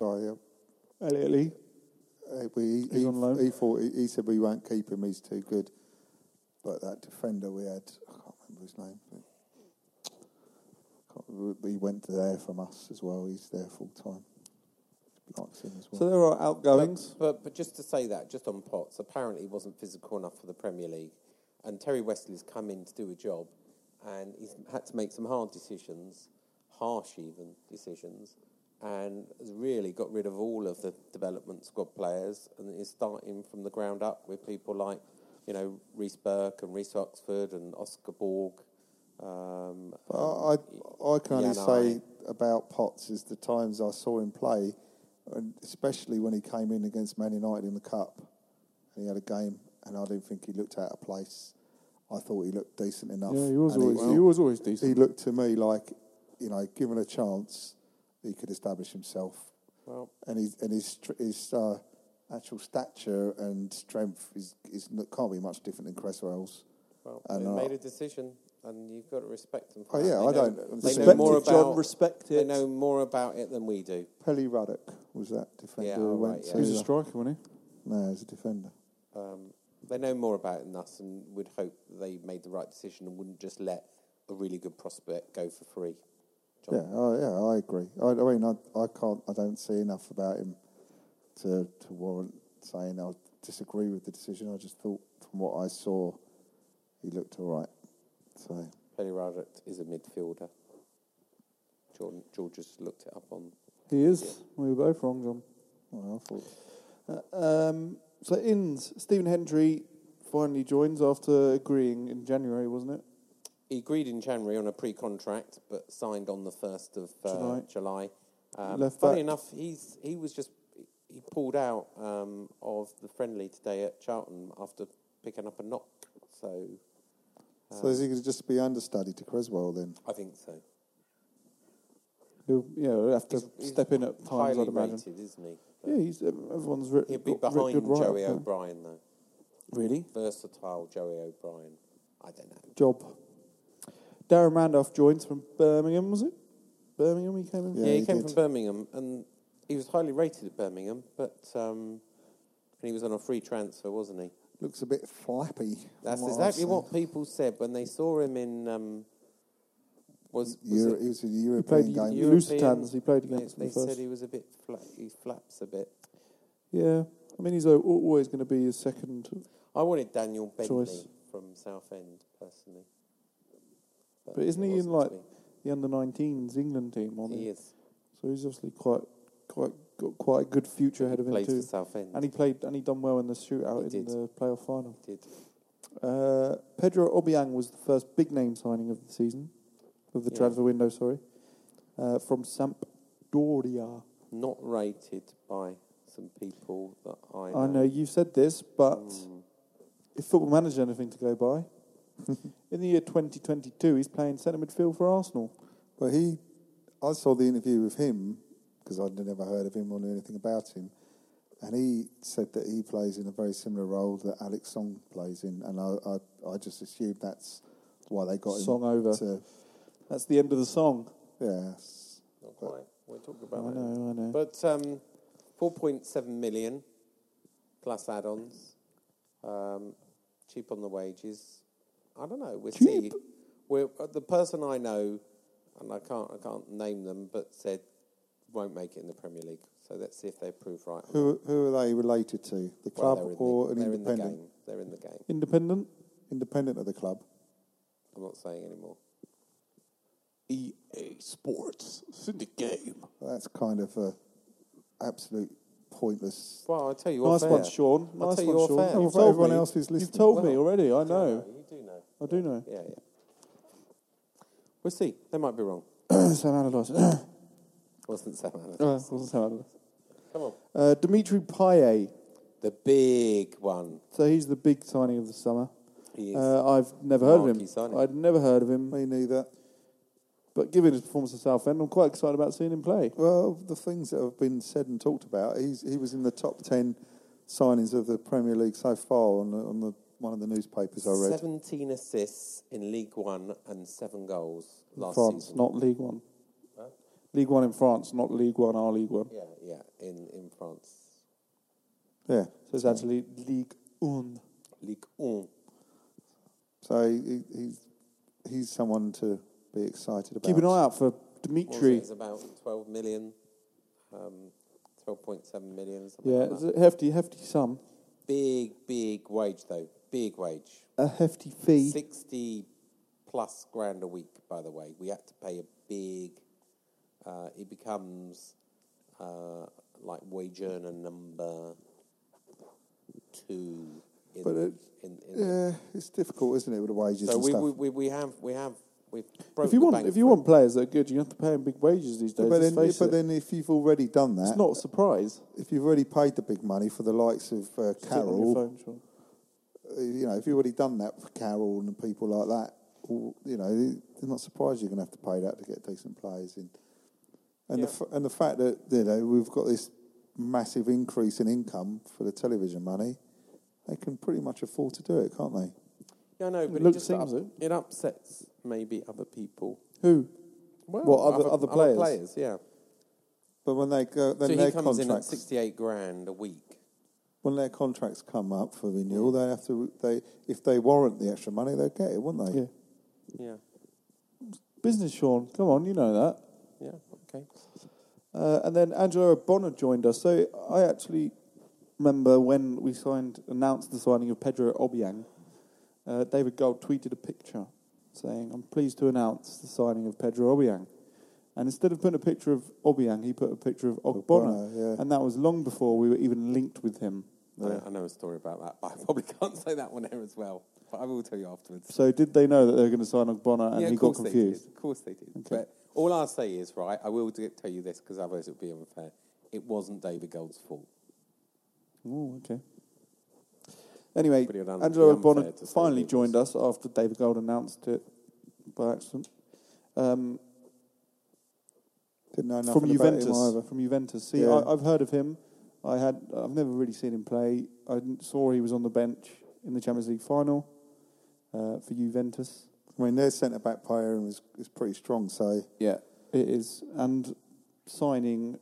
Guy, yeah. Elliot Lee. Uh, we, he, He's on loan. he thought he, he said we won't keep him. He's too good. But that defender we had, I can't remember his name. But can't remember, but he went there from us as well. He's there full time. Likes him as well. So there are outgoings. But, but just to say that, just on Potts, apparently he wasn't physical enough for the Premier League. And Terry Wesley's come in to do a job, and he's had to make some hard decisions, harsh even decisions, and has really got rid of all of the development squad players and is starting from the ground up with people like, you know, Reese Burke and Reese Oxford and Oscar Borg. Um, But I, I, I can only Yeah, no, say about Potts is the times I saw him play, and especially when he came in against Man United in the cup, and he had a game, and I didn't think he looked out of place. I thought he looked decent enough. Yeah, he was and always he was always he decent. looked to me like, you know, given a chance, he could establish himself. Well- and his and his tr- his uh, actual stature and strength is is n- can't be much different than Cresswell's. well, And they I- made a decision, and you've got to respect them. For Oh, that. yeah, They I know- don't- They know Respect more it, about John, respect They it. know more about it than we do. Pelly Ruddock was that defender Yeah, who all went right, yeah. to He was a the- striker, wasn't he? No, as a defender. um, they know more about it than us and would hope that they made the right decision and wouldn't just let a really good prospect go for free. John. Yeah, I, yeah, I agree. I, I mean, I, I can't, I don't see enough about him to to warrant saying I disagree with the decision. I just thought from what I saw, he looked all right. So Penny Radek is a midfielder. Jordan, George has looked it up on. He is. We were both wrong, John. well, I thought Um, so Inns, Stephen Hendry finally joins after agreeing in January, wasn't it? He agreed in January on a pre-contract, but signed on the first of uh, July. Um, Left funny back. enough, he's he was just he pulled out um, of the friendly today at Charlton after picking up a knock. So so. Is he going to just be understudy to Creswell then? I think so. He'll, yeah, he'll have to He's step in at times, I'd highly imagine. rated, isn't he? But- Yeah, he's, everyone's written. He'd be behind Joey O'Brien, though. Really? Versatile Joey O'Brien. I don't know. Job. Darren Randolph joins from Birmingham, was it? Birmingham he came in? Yeah, he, he came did. from Birmingham, and he was highly rated at Birmingham, but um, and he was on a free transfer, wasn't he? Looks a bit flappy. from That's what I've exactly seen. what people said when they saw him in. Um, was, was Euro, it he was in the He European played game. Lu- European? Lusitans, he played against They, them they said first. he was a bit fla- he flaps a bit. Yeah. I mean, he's al- always going to be his second. I wanted Daniel Bentley Choice. from Southend personally, But isn't it he in, wasn't like, to be. the under 19s England team? On He is. So he's obviously quite, quite got quite a good future ahead of him Plays too. for Southend. and he played and he done well in the shootout He in did. the playoff final. He did. Uh, Pedro Obiang was the first big name signing of the season, of the Yeah. transfer window. Sorry, uh, from Sampdoria. not rated by some people that I know. Mm. I know you said this, but if Football Manager anything to go by, <laughs> in the year 2022 he's playing centre midfield for Arsenal. But he, I saw the interview with him because I'd never heard of him or knew anything about him, and he said that he plays in a very similar role that Alex Song plays in, and I, I, I just assumed that's why they got Song him over. to That's the end of the song. Yes. Not quite. We're talking I about it. know, I know. But um, 4.7 million plus add ons, um, cheap on the wages. I don't know. We're seeing. We're, uh, the person I know, and I can't, I can't name them, but said won't make it in the Premier League. So let's see if they prove right. or not. Who who are they related to? The Well, club they're in the- or an they're In the independent? game. They're in the game. Independent. Independent of the club. I'm not saying anymore. E EA Sports. It's in the game. That's kind of a absolute pointless. Well, I'll tell you Nice off one, air. Sean. I'll Nice tell one, you off Sean. air. You've Well, told everyone me. else who's You've listening. told me already. I know. You do know. I do know. Yeah, yeah. We'll see. They might be wrong. Sam Allardyce. Wasn't Sam Uh, <laughs> Allardyce. wasn't Sam Allardyce. Come on. Uh, Dimitri Payet. The big one. So he's the big signing of the summer. He is. Uh, I've never heard of Marquee him. signing. I'd never heard of him. Me neither. But given his performance at Southend, I'm quite excited about seeing him play. Well, the things that have been said and talked about, he's, he was in the top ten signings of the Premier League so far on the, on the one of the newspapers I read. 17 assists in League One and seven goals last France, season. not League One. League One in France, not League One, our League One. Yeah, yeah, in, in France. Yeah, So it's actually League One. League One. so he, he's he's someone to be excited about. Keep an eye out for What was Dimitri. it? It's about 12 million, um, 12.7 million. something Yeah, like it's that. a hefty, hefty sum. Big, big wage, though. Big wage. A hefty fee. 60 plus grand a week, by the way. We had to pay a big, uh, it becomes uh, like wage earner number two in, But it- in, in Yeah, it's difficult, isn't it, with the wages so and we, stuff. we, we, we have, we have, we've broke If you the want, bank if you for want players that are good, you have to pay them big wages these days. but let's then, face but it. then, if you've already done that, it's not a surprise. if you've already paid the big money for the likes of Sit uh, on your Carroll, phone, Sean. uh, you know, if you've already done that for Carroll and people like that, all- you know, they're not surprised you're going to have to pay that to get decent players in. And the the and the fact that you know we've got this massive increase in income for the television money, they can pretty much afford to do it, can't they? Yeah, I know, but it, looks just seems up- it upsets maybe other people. Who? Well, What, other- other players? yeah. But when they go, then so their he comes in at contracts 68 grand a week. when their contracts come up for renewal, they have to they if they warrant the extra money, they'll get it, won't they? Yeah. Yeah, Business, Sean. Come on, you know that. yeah, okay. Uh, and then Angela Bonner joined us. So I actually remember when we signed, announced the signing of Pedro Obiang. Uh, David Gold tweeted a picture saying, "I'm pleased to announce the signing of Pedro Obiang." And instead of putting a picture of Obiang, he put a picture of Og Bonner, Ogbonna, yeah. and that was long before we were even linked with him. I, know, I know a story about that, but I probably can't say that one here as well. But I will tell you afterwards. So did they know that they were going to sign Og Bonner, and yeah, he of got course They confused? did. Of course they did. But all I'll say is, right, I will do- tell you this because otherwise it would be unfair. It wasn't David Gold's fault. Oh, okay. Anyway, Pretty un- Angelo pretty unfair Bonner to say finally it was. joined us after David Gold announced it by accident. Um, Didn't know nothing from about him Juventus. either. From Juventus. See, Yeah. I, I've heard of him. I had. I've never really seen him play. I didn't- saw he was on the bench in the Champions League final uh, for Juventus. I mean, their centre back player is, is pretty strong, so Yeah, it is. And signing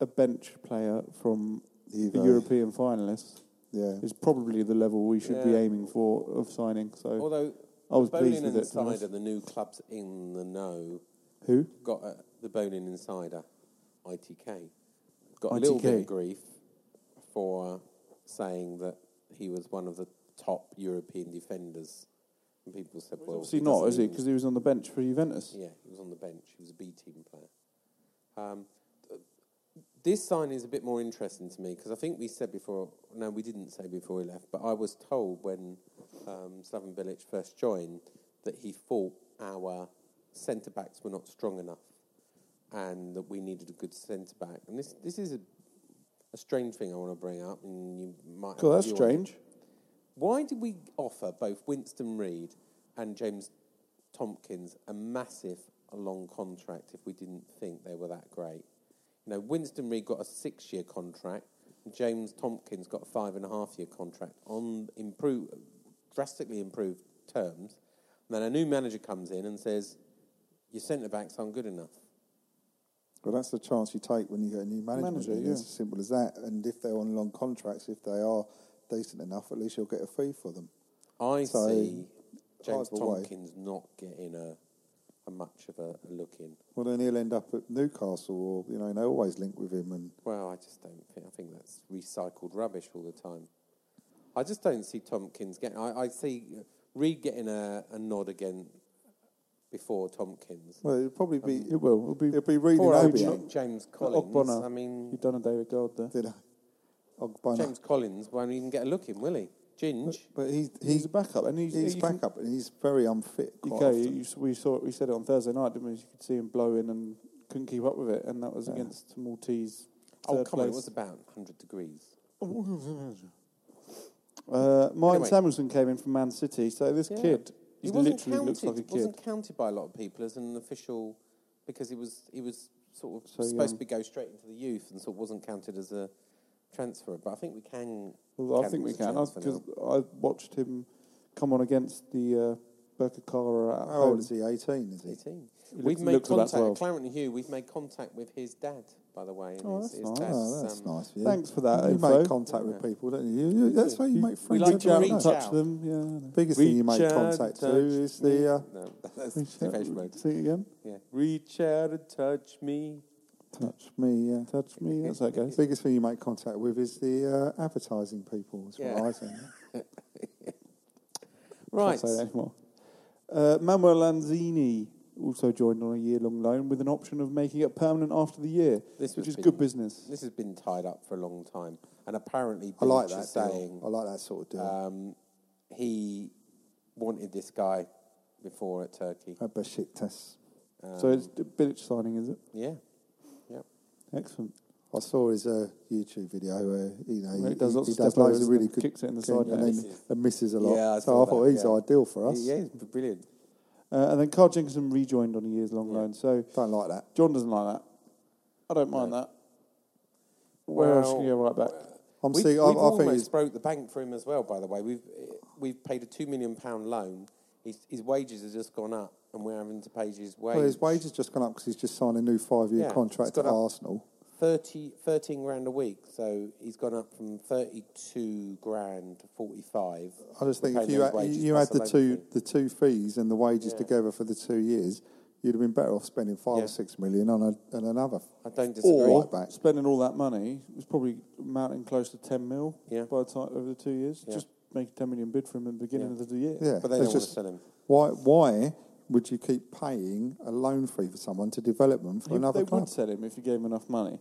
a bench player from Juve. the European finalists yeah. is probably the level we should be Yeah. aiming for of signing. So Although I was the pleased Bowling with it, to be honest. Insider, the new clubs in the know, who? got uh, the Bowling Insider, ITK, got a little ITK. bit of grief for saying that he was one of the top European defenders, and people said, "Well, Obviously he not, doesn't is he? even- Because he was on the bench for Juventus. Yeah, he was on the bench. He was a B team player. Um, th- this sign is a bit more interesting to me because I think we said before. No, we didn't say before we left, but I was told when um, Slaven Bilic first joined that he thought our centre backs were not strong enough, and that we needed a good centre back. And this this is a, a strange thing I want to bring up, and you might. have God, a that's view on it. strange. Why did we offer both Winston Reed and James Tompkins a massive long contract if we didn't think they were that great? You know, Winston Reed got a six year contract, and James Tompkins got a five and a half year contract on improve, drastically improved terms. And then a new manager comes in and says, Your centre backs aren't good enough. Well, that's the chance you take when you get a new management. Manager, really. yeah. It's as simple as that. And if they're on long contracts, if they are decent enough, at least you'll get a fee for them. I So, see James either way. Tompkins not getting a, a much of a, a look in. Well, then he'll end up at Newcastle, or you know, and they always link with him. And Well, I just don't think. I think that's recycled rubbish all the time. I just don't see Tompkins getting. I, I see Reed getting a, a nod again before Tompkins. well, it'll probably be Um, It will. It'll be it'll be reading Poor old J- Obiang. James Collins. Ogbonna. I mean, You've done a David Gold there. Did I? Ogbonna. James Collins won't even get a look in, will he? Ginge. but he's He's a backup, and he's, he's you can- backup, and he's very unfit. You Quite go, often. you, we saw it, we said it on Thursday night, didn't we? You could see him blowing and couldn't keep up with it, and that was against Maltese. Oh, third come on, it place. was about 100 degrees. Uh, Martin Anyway. Samuelson came in from Man City, so this Yeah. kid, He he wasn't literally looks counted. like a He wasn't kid. counted by a lot of people as an official because he was he was sort of So supposed young. to be go straight into the youth and sort of wasn't counted as a transfer. But I think we can. Well, I count think him we as a can, transfer because now. I watched him come on against the uh, Berkakara at Oh, How home. old is he? 18, is he? 18. He We've looks- made looks about contact. 12. Clarence Hugh. We've made contact with his dad, by the way. and Oh, his, that's his nice. dad's, Oh, that's um, nice. of you. Thanks for that You info. make contact with people, don't you? you, you that's where you, make friends. We like reach to out reach and touch out. them. Yeah, I know. biggest thing you make contact to is the uh, No, <laughs> that's Reach the out. French word. Say it again. Yeah. Reach out and touch me. touch me. Yeah. Touch me. That's how it goes. biggest thing you make contact with is the uh, advertising people. That's Yeah. what I think. Right. Can't say that anymore. Uh, Manuel Lanzini also joined on a year-long loan with an option of making it permanent after the year, This which has is been- good business. This has been tied up for a long time, and apparently, I like Bilge that is deal. saying I like that sort of deal. uh, um, he wanted this guy before at Turkey. a Besiktas. so it's Um, a Bilic signing, is it? Yeah, yeah. Excellent. I saw his uh, YouTube video where you know Well, he, he does lots he of does step loads overs of and really then good kicks it in the kicking side and, net. then and misses a lot. Yeah, I so saw I thought that, he's yeah. ideal for us. Yeah, he's brilliant. Uh, and then Carl Jenkinson rejoined on a year's-long loan. So Don't like that. John doesn't like that. I don't mind that. Where else can you go right back? I'm we, seeing. we've I, I almost think he's broke the bank for him as well. By the way, we've eh, we've paid a two million pound loan. His, his wages have just gone up, and we're having to pay his wage. well, his wages just gone up because he's just signed a new five-year Yeah, contract it's gone at up. Arsenal. 30, 13 grand a week. So he's gone up from thirty-two grand to forty-five. I just We're think if paying you those had, wages you plus had a the loan two fee. the two fees and the wages together for the two years, you'd have been better off spending five Yeah. or six million on, a, on another. I don't disagree. Or Right back. spending all that money was probably mounting close to ten mil Yeah. by the time over the two years. Just make a ten million bid for him at the beginning of the year. Yeah, But they it's don't want to just- sell him. Why? Why would you keep paying a loan fee for someone to develop them for He- another they club? would sell him if you gave him enough money.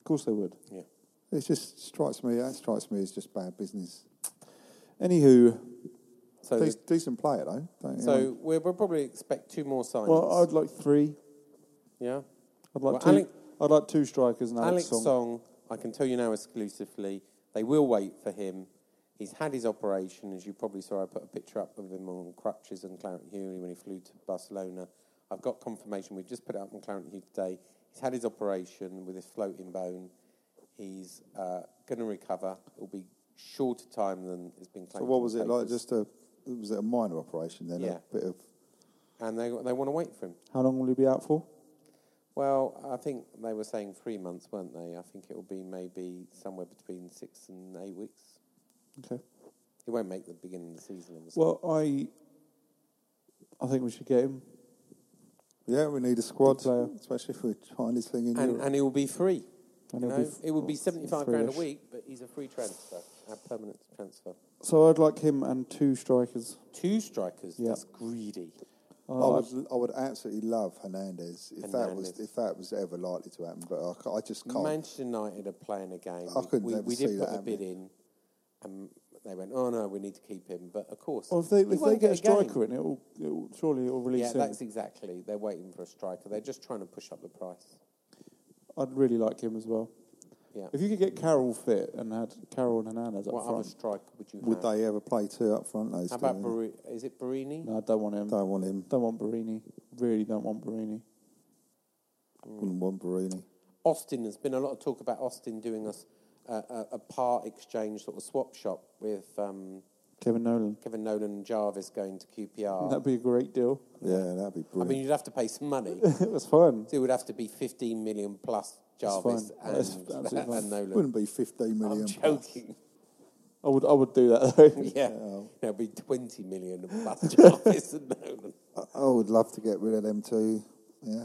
Of course they would. Yeah. It just strikes me. That strikes me as just bad business. Anywho, So Dec- decent player though. Don't So we're, we'll probably expect two more signings. well, I'd like three. yeah. I'd like Well, two. Alex- I'd like two strikers and Alex Alex, Song. I can tell you now exclusively, they will wait for him. He's had his operation, as you probably saw. I put a picture up of him on crutches and Clarence Hugh when he flew to Barcelona. I've got confirmation. We've just put it up on Clarence Hugh today. He's had his operation with his floating bone. He's uh, going to recover. It'll be shorter time than has been So claimed. what from was the it like? papers. Just a was it a minor operation then? Yeah. A bit of and they they want to wait for him. How long will he be out for? Well, I think they were saying three months, weren't they? I think it will be maybe somewhere between six and eight weeks. Okay. He won't make the beginning of the season. Obviously. Well, I, I think we should get him. yeah. We need a squad, Good player. especially if we're trying this thing in and, Europe. and he will be free. And you he'll know? be f- it would be well, seventy-five grand a free-ish. week, but he's a free transfer, a permanent transfer. So I'd like him and two strikers. Two strikers. Yeah. That's greedy. Oh, I would, I would absolutely love Hernandez if that was Hernandez. if that was ever likely to happen, but I, ca- I just can't. Manchester United are playing a game. I couldn't we ever we see did that put a bid in, and they went, "Oh no, we need to keep him." But of course, Well, if they, if he they won't get a game. striker in, it'll, it'll surely it'll release yeah, him. that's exactly. They're waiting for a striker. They're just trying to push up the price. I'd really like him as well. Yeah. If you could get Carroll fit and had Carroll and Hernandez up What front, other striker would you Would have? they ever play two up front? Those How two? about Baru- is it Barini? no, I don't want him. Don't, don't want him. want Barini. Really, don't want Barini. Wouldn't want Mm. Barini. Austin, there's been a lot of talk about Austin doing us a, a, a part exchange sort of swap shop with um, Kevin Nolan. Kevin Nolan and Jarvis going to QPR. That'd be a great deal. <laughs> Yeah, that'd be I brilliant. mean, you'd have to pay some money. It was fun. So it would have to be 15 million plus Jarvis fine. and, That's absolutely fine. <laughs> and Nolan. wouldn't be 15 million. I'm plus. joking. <laughs> I would I would do that <laughs> though. Yeah. No, it'd be 20 million and plus Jarvis and Nolan. I, I would love to get rid of them too. Yeah.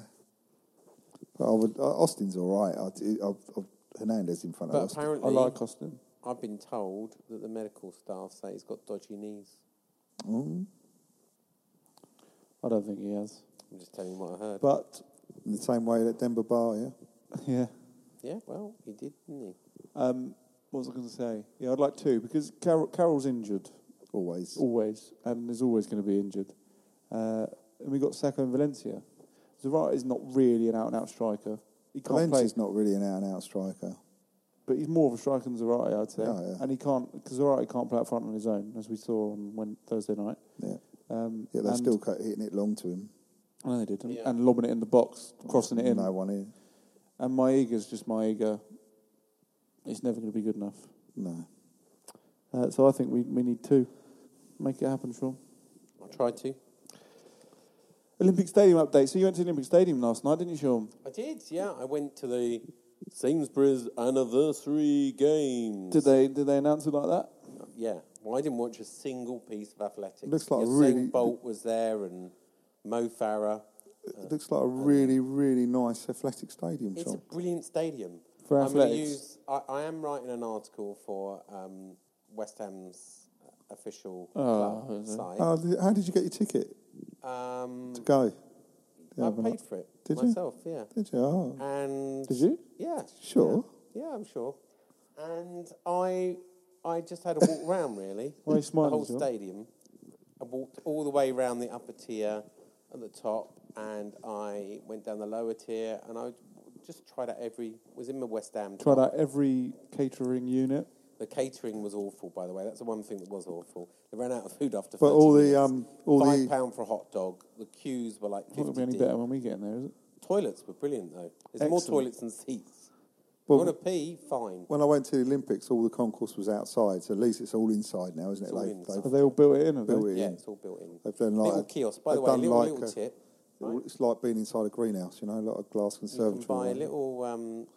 But I would. uh, Austin's all right. I, I, I, Hernandez in front of But Austin. I apparently, like Austin. I've been told that the medical staff say he's got dodgy knees. I don't think he has. I'm just telling you what I heard. But In the same way that Denver Bar, yeah. <laughs> yeah. yeah, well, he did, didn't he? Um, what was I going to say? Yeah, I'd like two because Carol, Carol's injured Always. always, and is always going to be injured. Uh, and we got Sacco and Valencia. Zarate is not really an out and out striker. He can't Valencia's play, not really an out and out striker. but he's more of a striker than Zarate, I'd say. Oh, yeah. And he can't because Zarate can't play up front on his own, as we saw on when, Thursday night. Yeah. Um, Yeah, they're and- still cut, hitting it long to him. I know they did, and, and lobbing it in the box, crossing it in. No one in. And Maiga's just Maiga. It's never going to be good enough. No. Uh, so I think we, we need two. Make it happen, Sean. I'll try to. Olympic Stadium update. So you went to the Olympic Stadium last night, didn't you, Sean? I did, yeah. I went to the Sainsbury's anniversary games. Did they did they announce it like that? Yeah. Well, I didn't watch a single piece of athletics. Looks like a Usain really- Bolt was there and Mo Farah. It looks like a really, really nice athletic stadium, It's a John. brilliant stadium. For I'm gonna athletics. Use, I, I am writing an article for um, West Ham's uh, official club site. Oh, th- how did you get your ticket Um, to go? I but- paid for it Did you? myself, yeah. Did you? Oh, And Did you? Yeah. Sure? Yeah, yeah I'm sure. And I I just had a walk round really. Why are you smiling, The whole John? stadium. I walked all the way around the upper tier at the top and I went down the lower tier and I just tried out every was in my West Ham. Tried top. out every catering unit. The catering was awful, by the way. That's the one thing that was awful. They ran out of food after. But 30 all the, minutes. um, all the- five pound for a hot dog. The queues were like It's not going fifty. to be any deep. better when we get in there, is it? Toilets were brilliant though. There's more Excellent. toilets than seats. Well- you want to pee? Fine. When I went to the Olympics, all the concourse was outside, so at least it's all inside now, isn't it? It's all They've- inside. Have they've they all built it in? Have built they? it yeah, in. it's all built in. They've done like little a- kiosk. By the they've way, done little, like little a- tip. It's like being inside a greenhouse, you know, like a glass You can conservatory. buy a little um,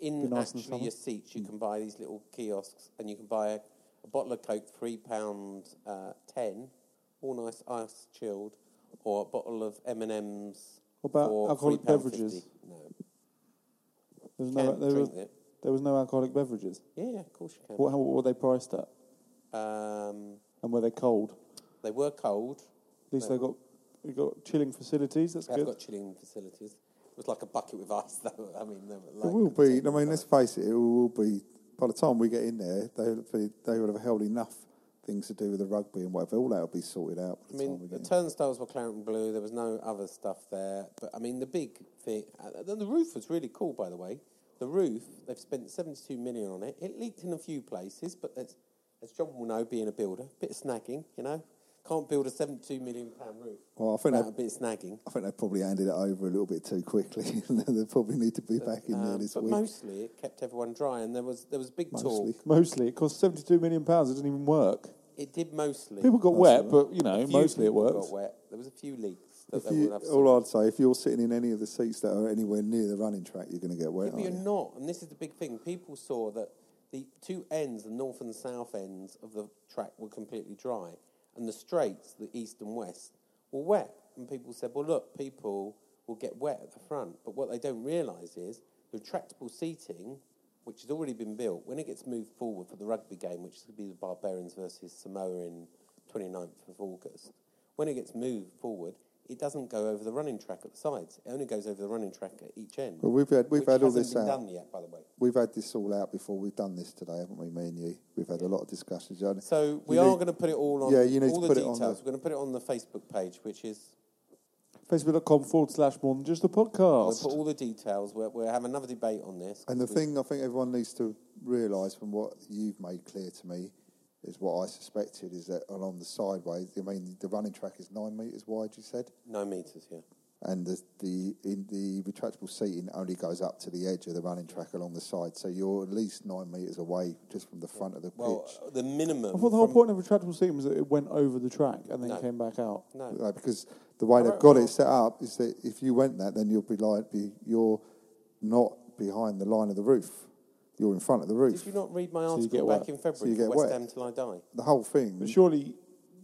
in nice in actually summer. your seats. You can buy these little kiosks, and you can buy a, a bottle of Coke, three pound uh, ten, all nice ice chilled, or a bottle of M and M's. What about alcoholic beverages? No. There's Can no, there, drink was, it. there was no alcoholic beverages. Yeah, yeah, of course you can. What, how, what were they priced at? Um, And were they cold? they were cold. At least they got they got chilling facilities. That's They've good. got chilling facilities. It was like a bucket with ice, <laughs> though. I mean, they were like It will be. I mean, let's face it. It will be. By the time we get in there, they will be, they will have held enough things to do with the rugby and whatever. All that will be sorted out. By I the time mean, we the get in. turnstiles were Clarendon blue. There was no other stuff there. But I mean, the big thing. uh, Then the roof was really cool, by the way. The roof. They've spent seventy-two million on it. It leaked in a few places, but as, as John will know, being a builder, bit of snagging. You know, can't build a seventy-two million pound roof. Well, I think without a that- bit of snagging. I think they probably handed it over a little bit too quickly. <laughs> they probably need to be back in there Um, this but week. mostly, it kept everyone dry, and there was there was big Mostly. talk. Mostly, it cost seventy-two million pounds. It didn't even work. It did mostly. People got wet, but you A know, few Oh, mostly it people worked. Got wet. There was a few leaks. That if they you, would have all I'd say, if you're sitting in any of the seats that are anywhere near the running track, you're going to get wet. Yeah, but you're aren't you? not, and this is the big thing. People saw that the two ends, the north and south ends of the track, were completely dry, and the straights, the east and west, were wet. And people said, "Well, look, people will get wet at the front." But what they don't realise is the retractable seating, which has already been built, when it gets moved forward for the rugby game, which is going to be the Barbarians versus Samoa in 29th of August, when it gets moved forward. It doesn't go over the running track at the sides. It only goes over the running track at each end. Well, we've had- we've which had all hasn't this been out. done yet, by the way. We've had this all out before. We've done this today, haven't we? Me and you. We've had a lot of discussions. You So we need- are going to put it all on. Yeah, you need all to the put it on details. the- We're going to put it on the Facebook page, which is Facebook.com forward slash more than just a we'll podcast. put all the details. We're we'll have another debate on this. And the thing I think everyone needs to realise from what you've made clear to me is what I suspected is that along the sideways, I mean, the running track is nine metres wide, you said. nine meters, yeah. and the the in the retractable seating only goes up to the edge of the running track along the side, so you're at least nine meters away just from the front of the Well, pitch. the minimum. I thought the whole from- point of retractable seating was that it went over the track and then No. came back out. No, Like, because the way they've got it set up is that if you went that, then you'll be like be you're not behind the line of the roof. You're in front of the roof. did you not read my you article get wet. back in So you February? get West wet. Ham till I die. the whole thing. But surely,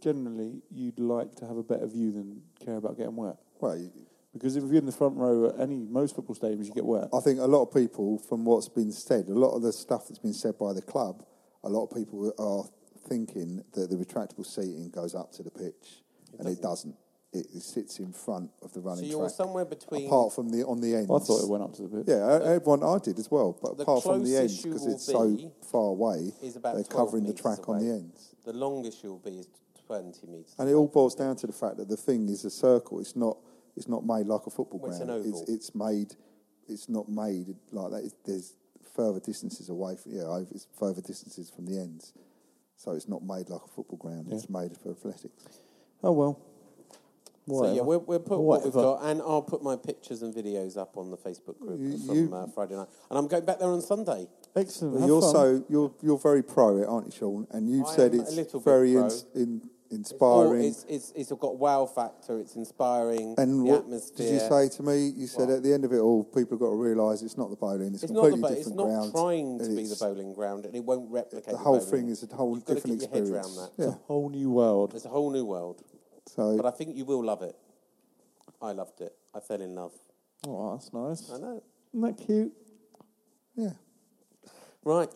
generally, you'd like to have a better view than care about getting wet. Well, you- Because if you're in the front row at any most football stadiums, you get wet. I think a lot of people, from what's been said, a lot of the stuff that's been said by the club, a lot of people are thinking that the retractable seating goes up to the pitch, and it doesn't. It, it sits in front of the running So you're track. somewhere between- apart from the on the ends. I thought it went up to the bit. Yeah, I- everyone I did as well, but The apart from the ends closest you because will it's so be far away, Is about they're 12 covering the metres track on away. the ends. The longest you'll be is twenty meters. And it all boils down to the fact that the thing is a circle. It's not. It's not made like a football Well, it's ground. an oval. It's, it's made. It's not made like that. It's, there's further distances away. From, yeah, over- it's further distances from the ends. So it's not made like a football ground. It's made for athletics. Oh well. So Whatever. yeah, we'll, we'll put what Whatever. we've got, and I'll put my pictures and videos up on the Facebook group You- from you- uh, Friday night, and I'm going back there on Sunday. Excellent. But Have you're fun. so you're you're very pro it, aren't you, Sean? And you've I said am a it's little bit very pro. ins- in, Or inspiring. it's, it's it's got wow factor. It's inspiring. and the what atmosphere. did you say to me? You said at the end of it all, people have got to realise it's not the bowling. It's, It's not the completely bo- it's different not ground. trying to and be the it's- bowling ground, and it won't replicate. The whole bowling. thing is a whole You've gotta different get experience. Your head around that. Yeah. Whole new world. It's a whole new world, So but I think you will love it. I loved it. I fell in love. Oh, that's nice. I know. Isn't that cute? yeah, Right.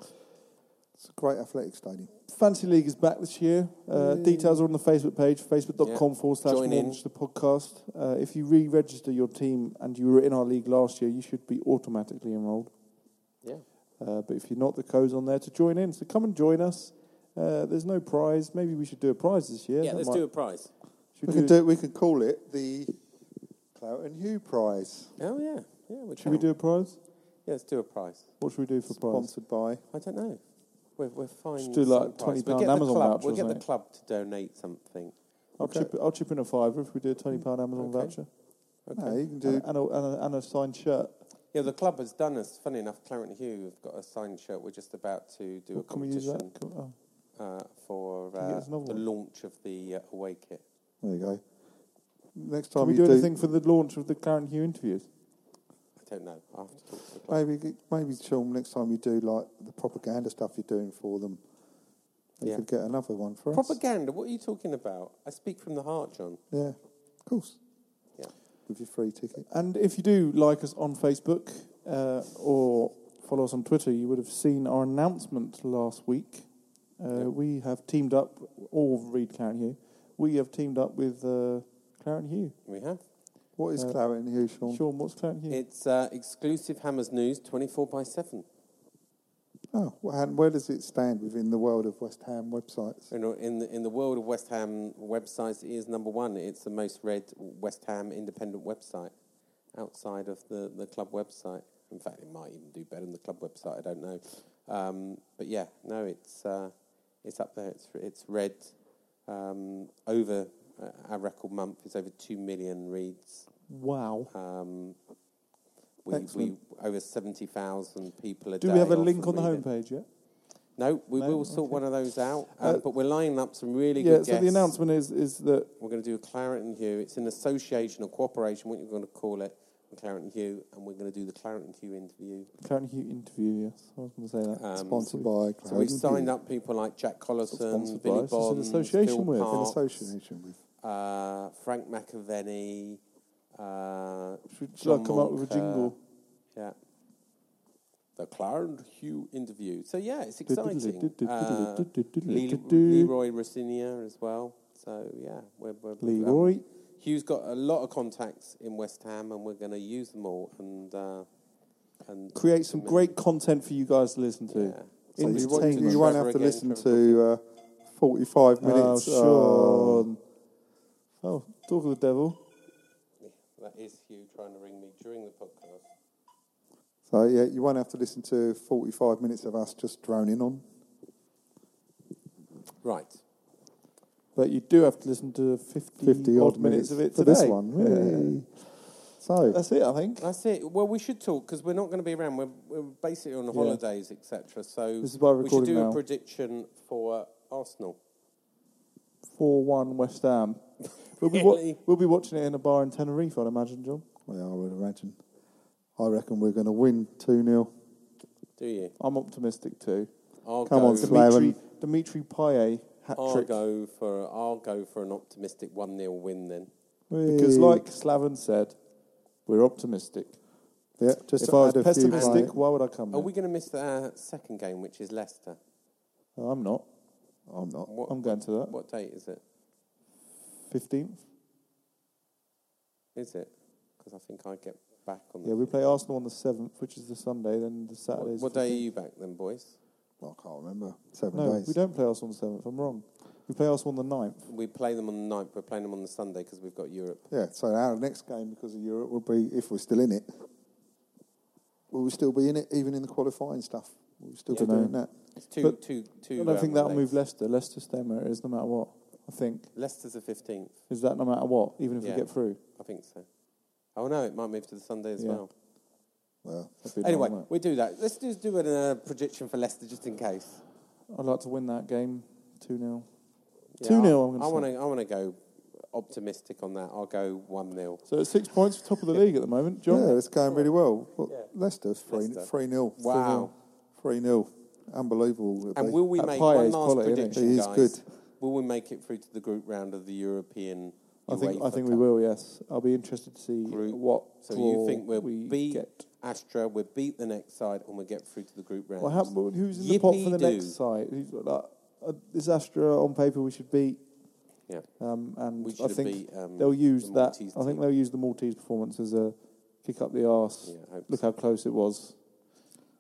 it's a great athletic stadium. Fancy League is back this year. Uh, Details are on the Facebook page, facebook.com forward slash Join in. Mortgage the podcast. Uh, if you re register your team and you were in our league last year, you should be automatically enrolled. Yeah. Uh, but if you're not, the code's on there to join in. So come and join us. Uh, there's no prize. Maybe we should do a prize this year. Yeah. That let's might- do a prize. should We we could do. We could call it the Clout and Hugh Prize, Oh yeah. Yeah. We Should we can. do a prize? Yeah. Let's do a prize. What should we do for prize? sponsored by. I don't know. We're, we're fine. Just do, like, £20 £20 Amazon voucher We'll or get the something. club to donate something. I'll, chip, I'll chip in a fiver if we do a £20 Amazon Okay. voucher. No, you can do. And, and, a, and, a, and a signed shirt. Yeah, the club has done us. Funny enough, Clarence Hugh have got a signed shirt. We're just about to do a Can we use that? competition Can- oh. uh, for you get uh, us another the one? launch of the uh, away kit. There you go. Next Can time we you do anything for the launch of the Karen Hugh interviews? I don't know. I have to talk to the club. maybe maybe Sean. Next time you do like the propaganda stuff you're doing for them, you Yeah. could get another one for us. Propaganda. What are you talking about? I speak from the heart, John. Yeah, of course. Yeah. With your free ticket. And if you do like us on Facebook uh, or follow us on Twitter, you would have seen our announcement last week. Uh, We have teamed up, all read Clarence Hugh. We have teamed up with uh, Clarence Hugh. We have. What Uh, is Clout and Hugh, Sean? Sean, what's Clarence Hugh? It's uh, exclusive Hammers news, twenty four by seven. Oh, well, and where does it stand within the world of West Ham websites? You know, in the, in the world of West Ham websites, it is number one. It's the most read West Ham independent website outside of the, the club website. In fact, it might even do better than the club website. I don't know, um, but yeah, no, it's uh, it's up there. It's it's read um, over uh, our record month. It's over two million reads. wow. Um, we, we over seventy thousand people a Do day. we have a often link on the read it. homepage yet? No, we will sort one of those out. Um, but we're lining up some really Yeah, good so the guests. announcement is, is that We're going to do a Claret and Hugh. It's an association or cooperation, what you're going to call it, with Claret and Hugh, and we're going to do the Claret and Hugh interview. Clarence Hugh interview, yes. I was going to say that. Sponsored by Clout So we've and signed Hugh. up people like Jack Collison, Sponsored by- Billy it's just an Bond, association Phil with- an In Parks, association with. uh, Frank McAvenny. Uh, Should- should I John come up with a Monk, uh, jingle? yeah. The Claret and Hugh interview. So yeah, Diddly, it's exciting. diddly, Uh, diddly, diddly, Le- diddly. Leroy Rossinia as well. So yeah, we're, we're um, Leroy. Hugh's got a lot of contacts in West Ham, and we're going to use them all and uh, and create some great content for you guys to listen to. So you, won't, Entertainment. you won't Trevor have to again, listen Trevor to uh, 45 minutes. Oh, Sean. Oh, talk of the devil. That is Hugh trying to ring me during the podcast. So, yeah, you won't have to listen to 45 minutes of us just droning on. Right. But you do have to listen to 50, 50 odd, odd minutes, of it for today. this one. Yeah. Yay. So That's it, I think. That's it. Well, we should talk because we're not going to be around. We're, we're basically on holidays, etc. So This is why we're we should recording do now. a prediction for Arsenal. Four one West Ham. <laughs> We'll be, wa- Really? we'll be watching it in a bar in Tenerife, I'd imagine, John. well, I would imagine. I reckon we're going to win two 0 Do you? I'm optimistic too. I'll Come go, on, Slav. Dimitri, Slaven. Dimitri Payet hat I'll trick. go for I'll go for an optimistic one 0 win then. Because, like Slaven said, we're optimistic. Yeah, just if to I was add a few pessimistic, players. why would I come? Are Here? we going to miss our second game, which is Leicester? I'm not. I'm not. What, I'm going to that. What date is it? Fifteenth. Is it? Because I think I get back on. The Yeah, we play Arsenal on the seventh, which is the Sunday. Then the Saturday. What, what day are you back then, boys? Well, I can't remember. Seven No, days. we don't play Arsenal on the seventh. I'm wrong. We play Arsenal on the 9th. We play them on the 9th. We're playing them on the Sunday because we've got Europe. Yeah, so our next game because of Europe will be if we're still in it. Will we still be in it even in the qualifying stuff? Will we still be doing that? It's two, But two, two. I don't think um, that'll legs. move Leicester. Leicester stay where it is, no matter what. I think Leicester's the fifteenth. is that no matter what, even if Yeah. we get through. I think so. Oh no, it might move to the Sunday as Yeah. well. Well, That'd be Anyway, normal. we do that. Let's just do a uh, prediction for Leicester just in case. I'd like to win that game two 0 Yeah, Two 0 I- I'm going I to want say. to. I want to go optimistic on that. I'll go one 0 So it's six points, top of <laughs> the league at the moment. John, yeah, it's going really well. well Yeah. Leicester's three Leicester. three nil. Wow. three 0 Unbelievable. it'll And be. will we That make pie one is last quality, isn't it? prediction, It is guys? good. Will we make it through to the group round of the European? I think I UEFA think we Cup? will. Yes, I'll be interested to see Group. what So draw you think we'll we beat get. Astra, we'll beat the next side, and we'll get through to the group round. Well, how, well, who's in the pot for the Yippee-doo. next side? Who's got that? Uh, is Astra on paper we should beat? Yeah. Um, and We I should think beat, um, they'll use the that. Maltese I think team. they'll use the Maltese performance as a kick up the arse. Yeah, I hope Look so. how close it was.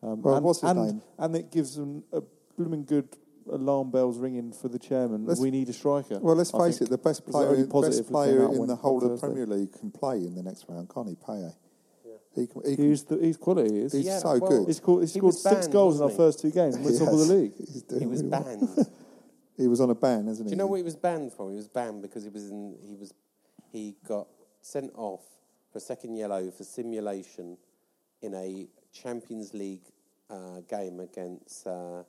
Um, Well, and, what's his and, name? and it gives them a blooming good alarm bells ringing for the chairman. Let's- we need a striker. Well, let's I face think. it, the best It's the player, only in, positive best that's come player out in when- the whole of the Thursday. Premier League can play in the next round, can't he? Paye. He can, he can, He's the he's quality. He is. He's Yeah, so well, good. He scored, he he scored was six banned, goals in our wasn't he? first two games. We're top of the Yes, league. he's doing He was really well. banned. He was on a ban, isn't Do he? you know what he was banned for? He was banned because he was in, he was he got sent off for a second yellow for simulation in a Champions League uh, game against uh,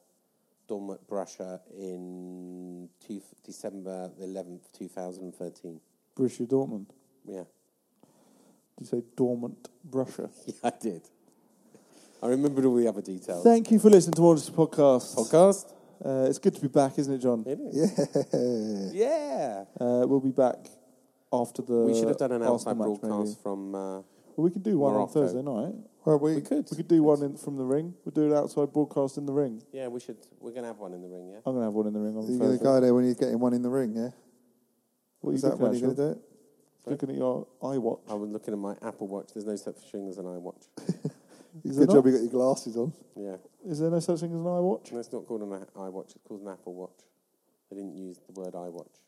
Dortmund Brussia in two, December the eleventh, two thousand thirteen. Borussia Dortmund. Yeah, <laughs> Did you say dormant Brussia? yeah, I did. I remembered all the other details. Thank you for listening to Orange Podcast. Podcast. Uh, it's good to be back, isn't it, John? It is. Yeah. Yeah. Uh, we'll be back after the. we should have done an outside Uh, Arsenal match, broadcast maybe. from. Uh, Well, we could do one Morocco. on Thursday night. Well, we, we could. We could do one in, from the ring. We'll do an outside broadcast in the ring. Yeah, we should. We're gonna have one in the ring. Yeah. I'm going to have one in the ring on You're going Thursday. to go there when you're getting one in the ring, yeah? What are Is you that when looking you're at, going to do it? Sean? Looking at your iWatch. I was looking at my Apple Watch. There's no such thing as an iWatch. Is there Good job not? you got your glasses on. Yeah. Is there no such thing as an iWatch? No, it's not called an i- iWatch. It's called an Apple Watch. They didn't use the word iWatch.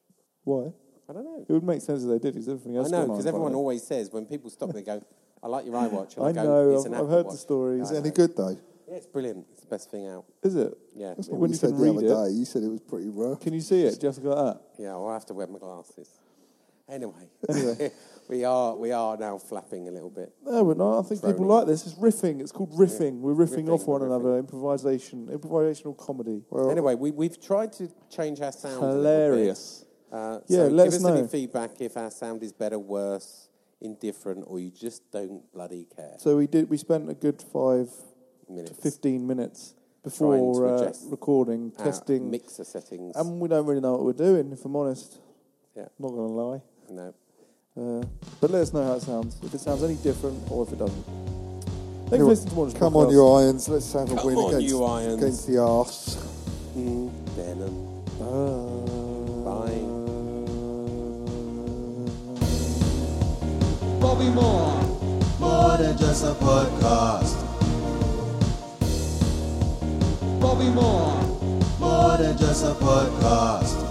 Why? I don't know. It would make sense if they did, because everything else. I is know online, by because the everyone way. always says when people stop, they go, "I like your iWatch." And I, I go, know, It's I've- an I've Apple heard the Watch." story. I Is Is it any know. good, though? Yeah, it's brilliant. It's the best thing out. Is it? Yeah. That's what When we you can said the read other it. day. You said it was pretty rough. Can you see it? Just like that. Yeah. I'll have to wear my glasses. Anyway. <laughs> we are we are now flapping a little bit. No, we're not. I think people Droning. like this. It's riffing. It's called riffing. We're riffing, Riffing, off one riffing. another. Improvisation, improvisational comedy. anyway, we we've tried to change our sound. a little bit. Hilarious. Uh, Yeah, so let give us us, know. any feedback if our sound is better, worse, indifferent, or you just don't bloody care. So we did. We spent a good five to Minutes. fifteen minutes Trying before to uh, adjust recording, Our testing, Um, mixer settings. and we don't really know what we're doing. If I'm honest, yeah, not going to lie. no. Uh, but let us know how it sounds. If it sounds any different, or if it doesn't. Thanks for Anyway, listening to Morning's Come on, Podcast. you irons. Let's have a Come win on, against, you irons. against the arse. Mm, venom. Uh, Bye. Bobby Moore. More than just a podcast. Bobby Moore. More than just a podcast.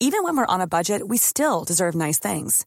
even when we're on a budget, we still deserve nice things.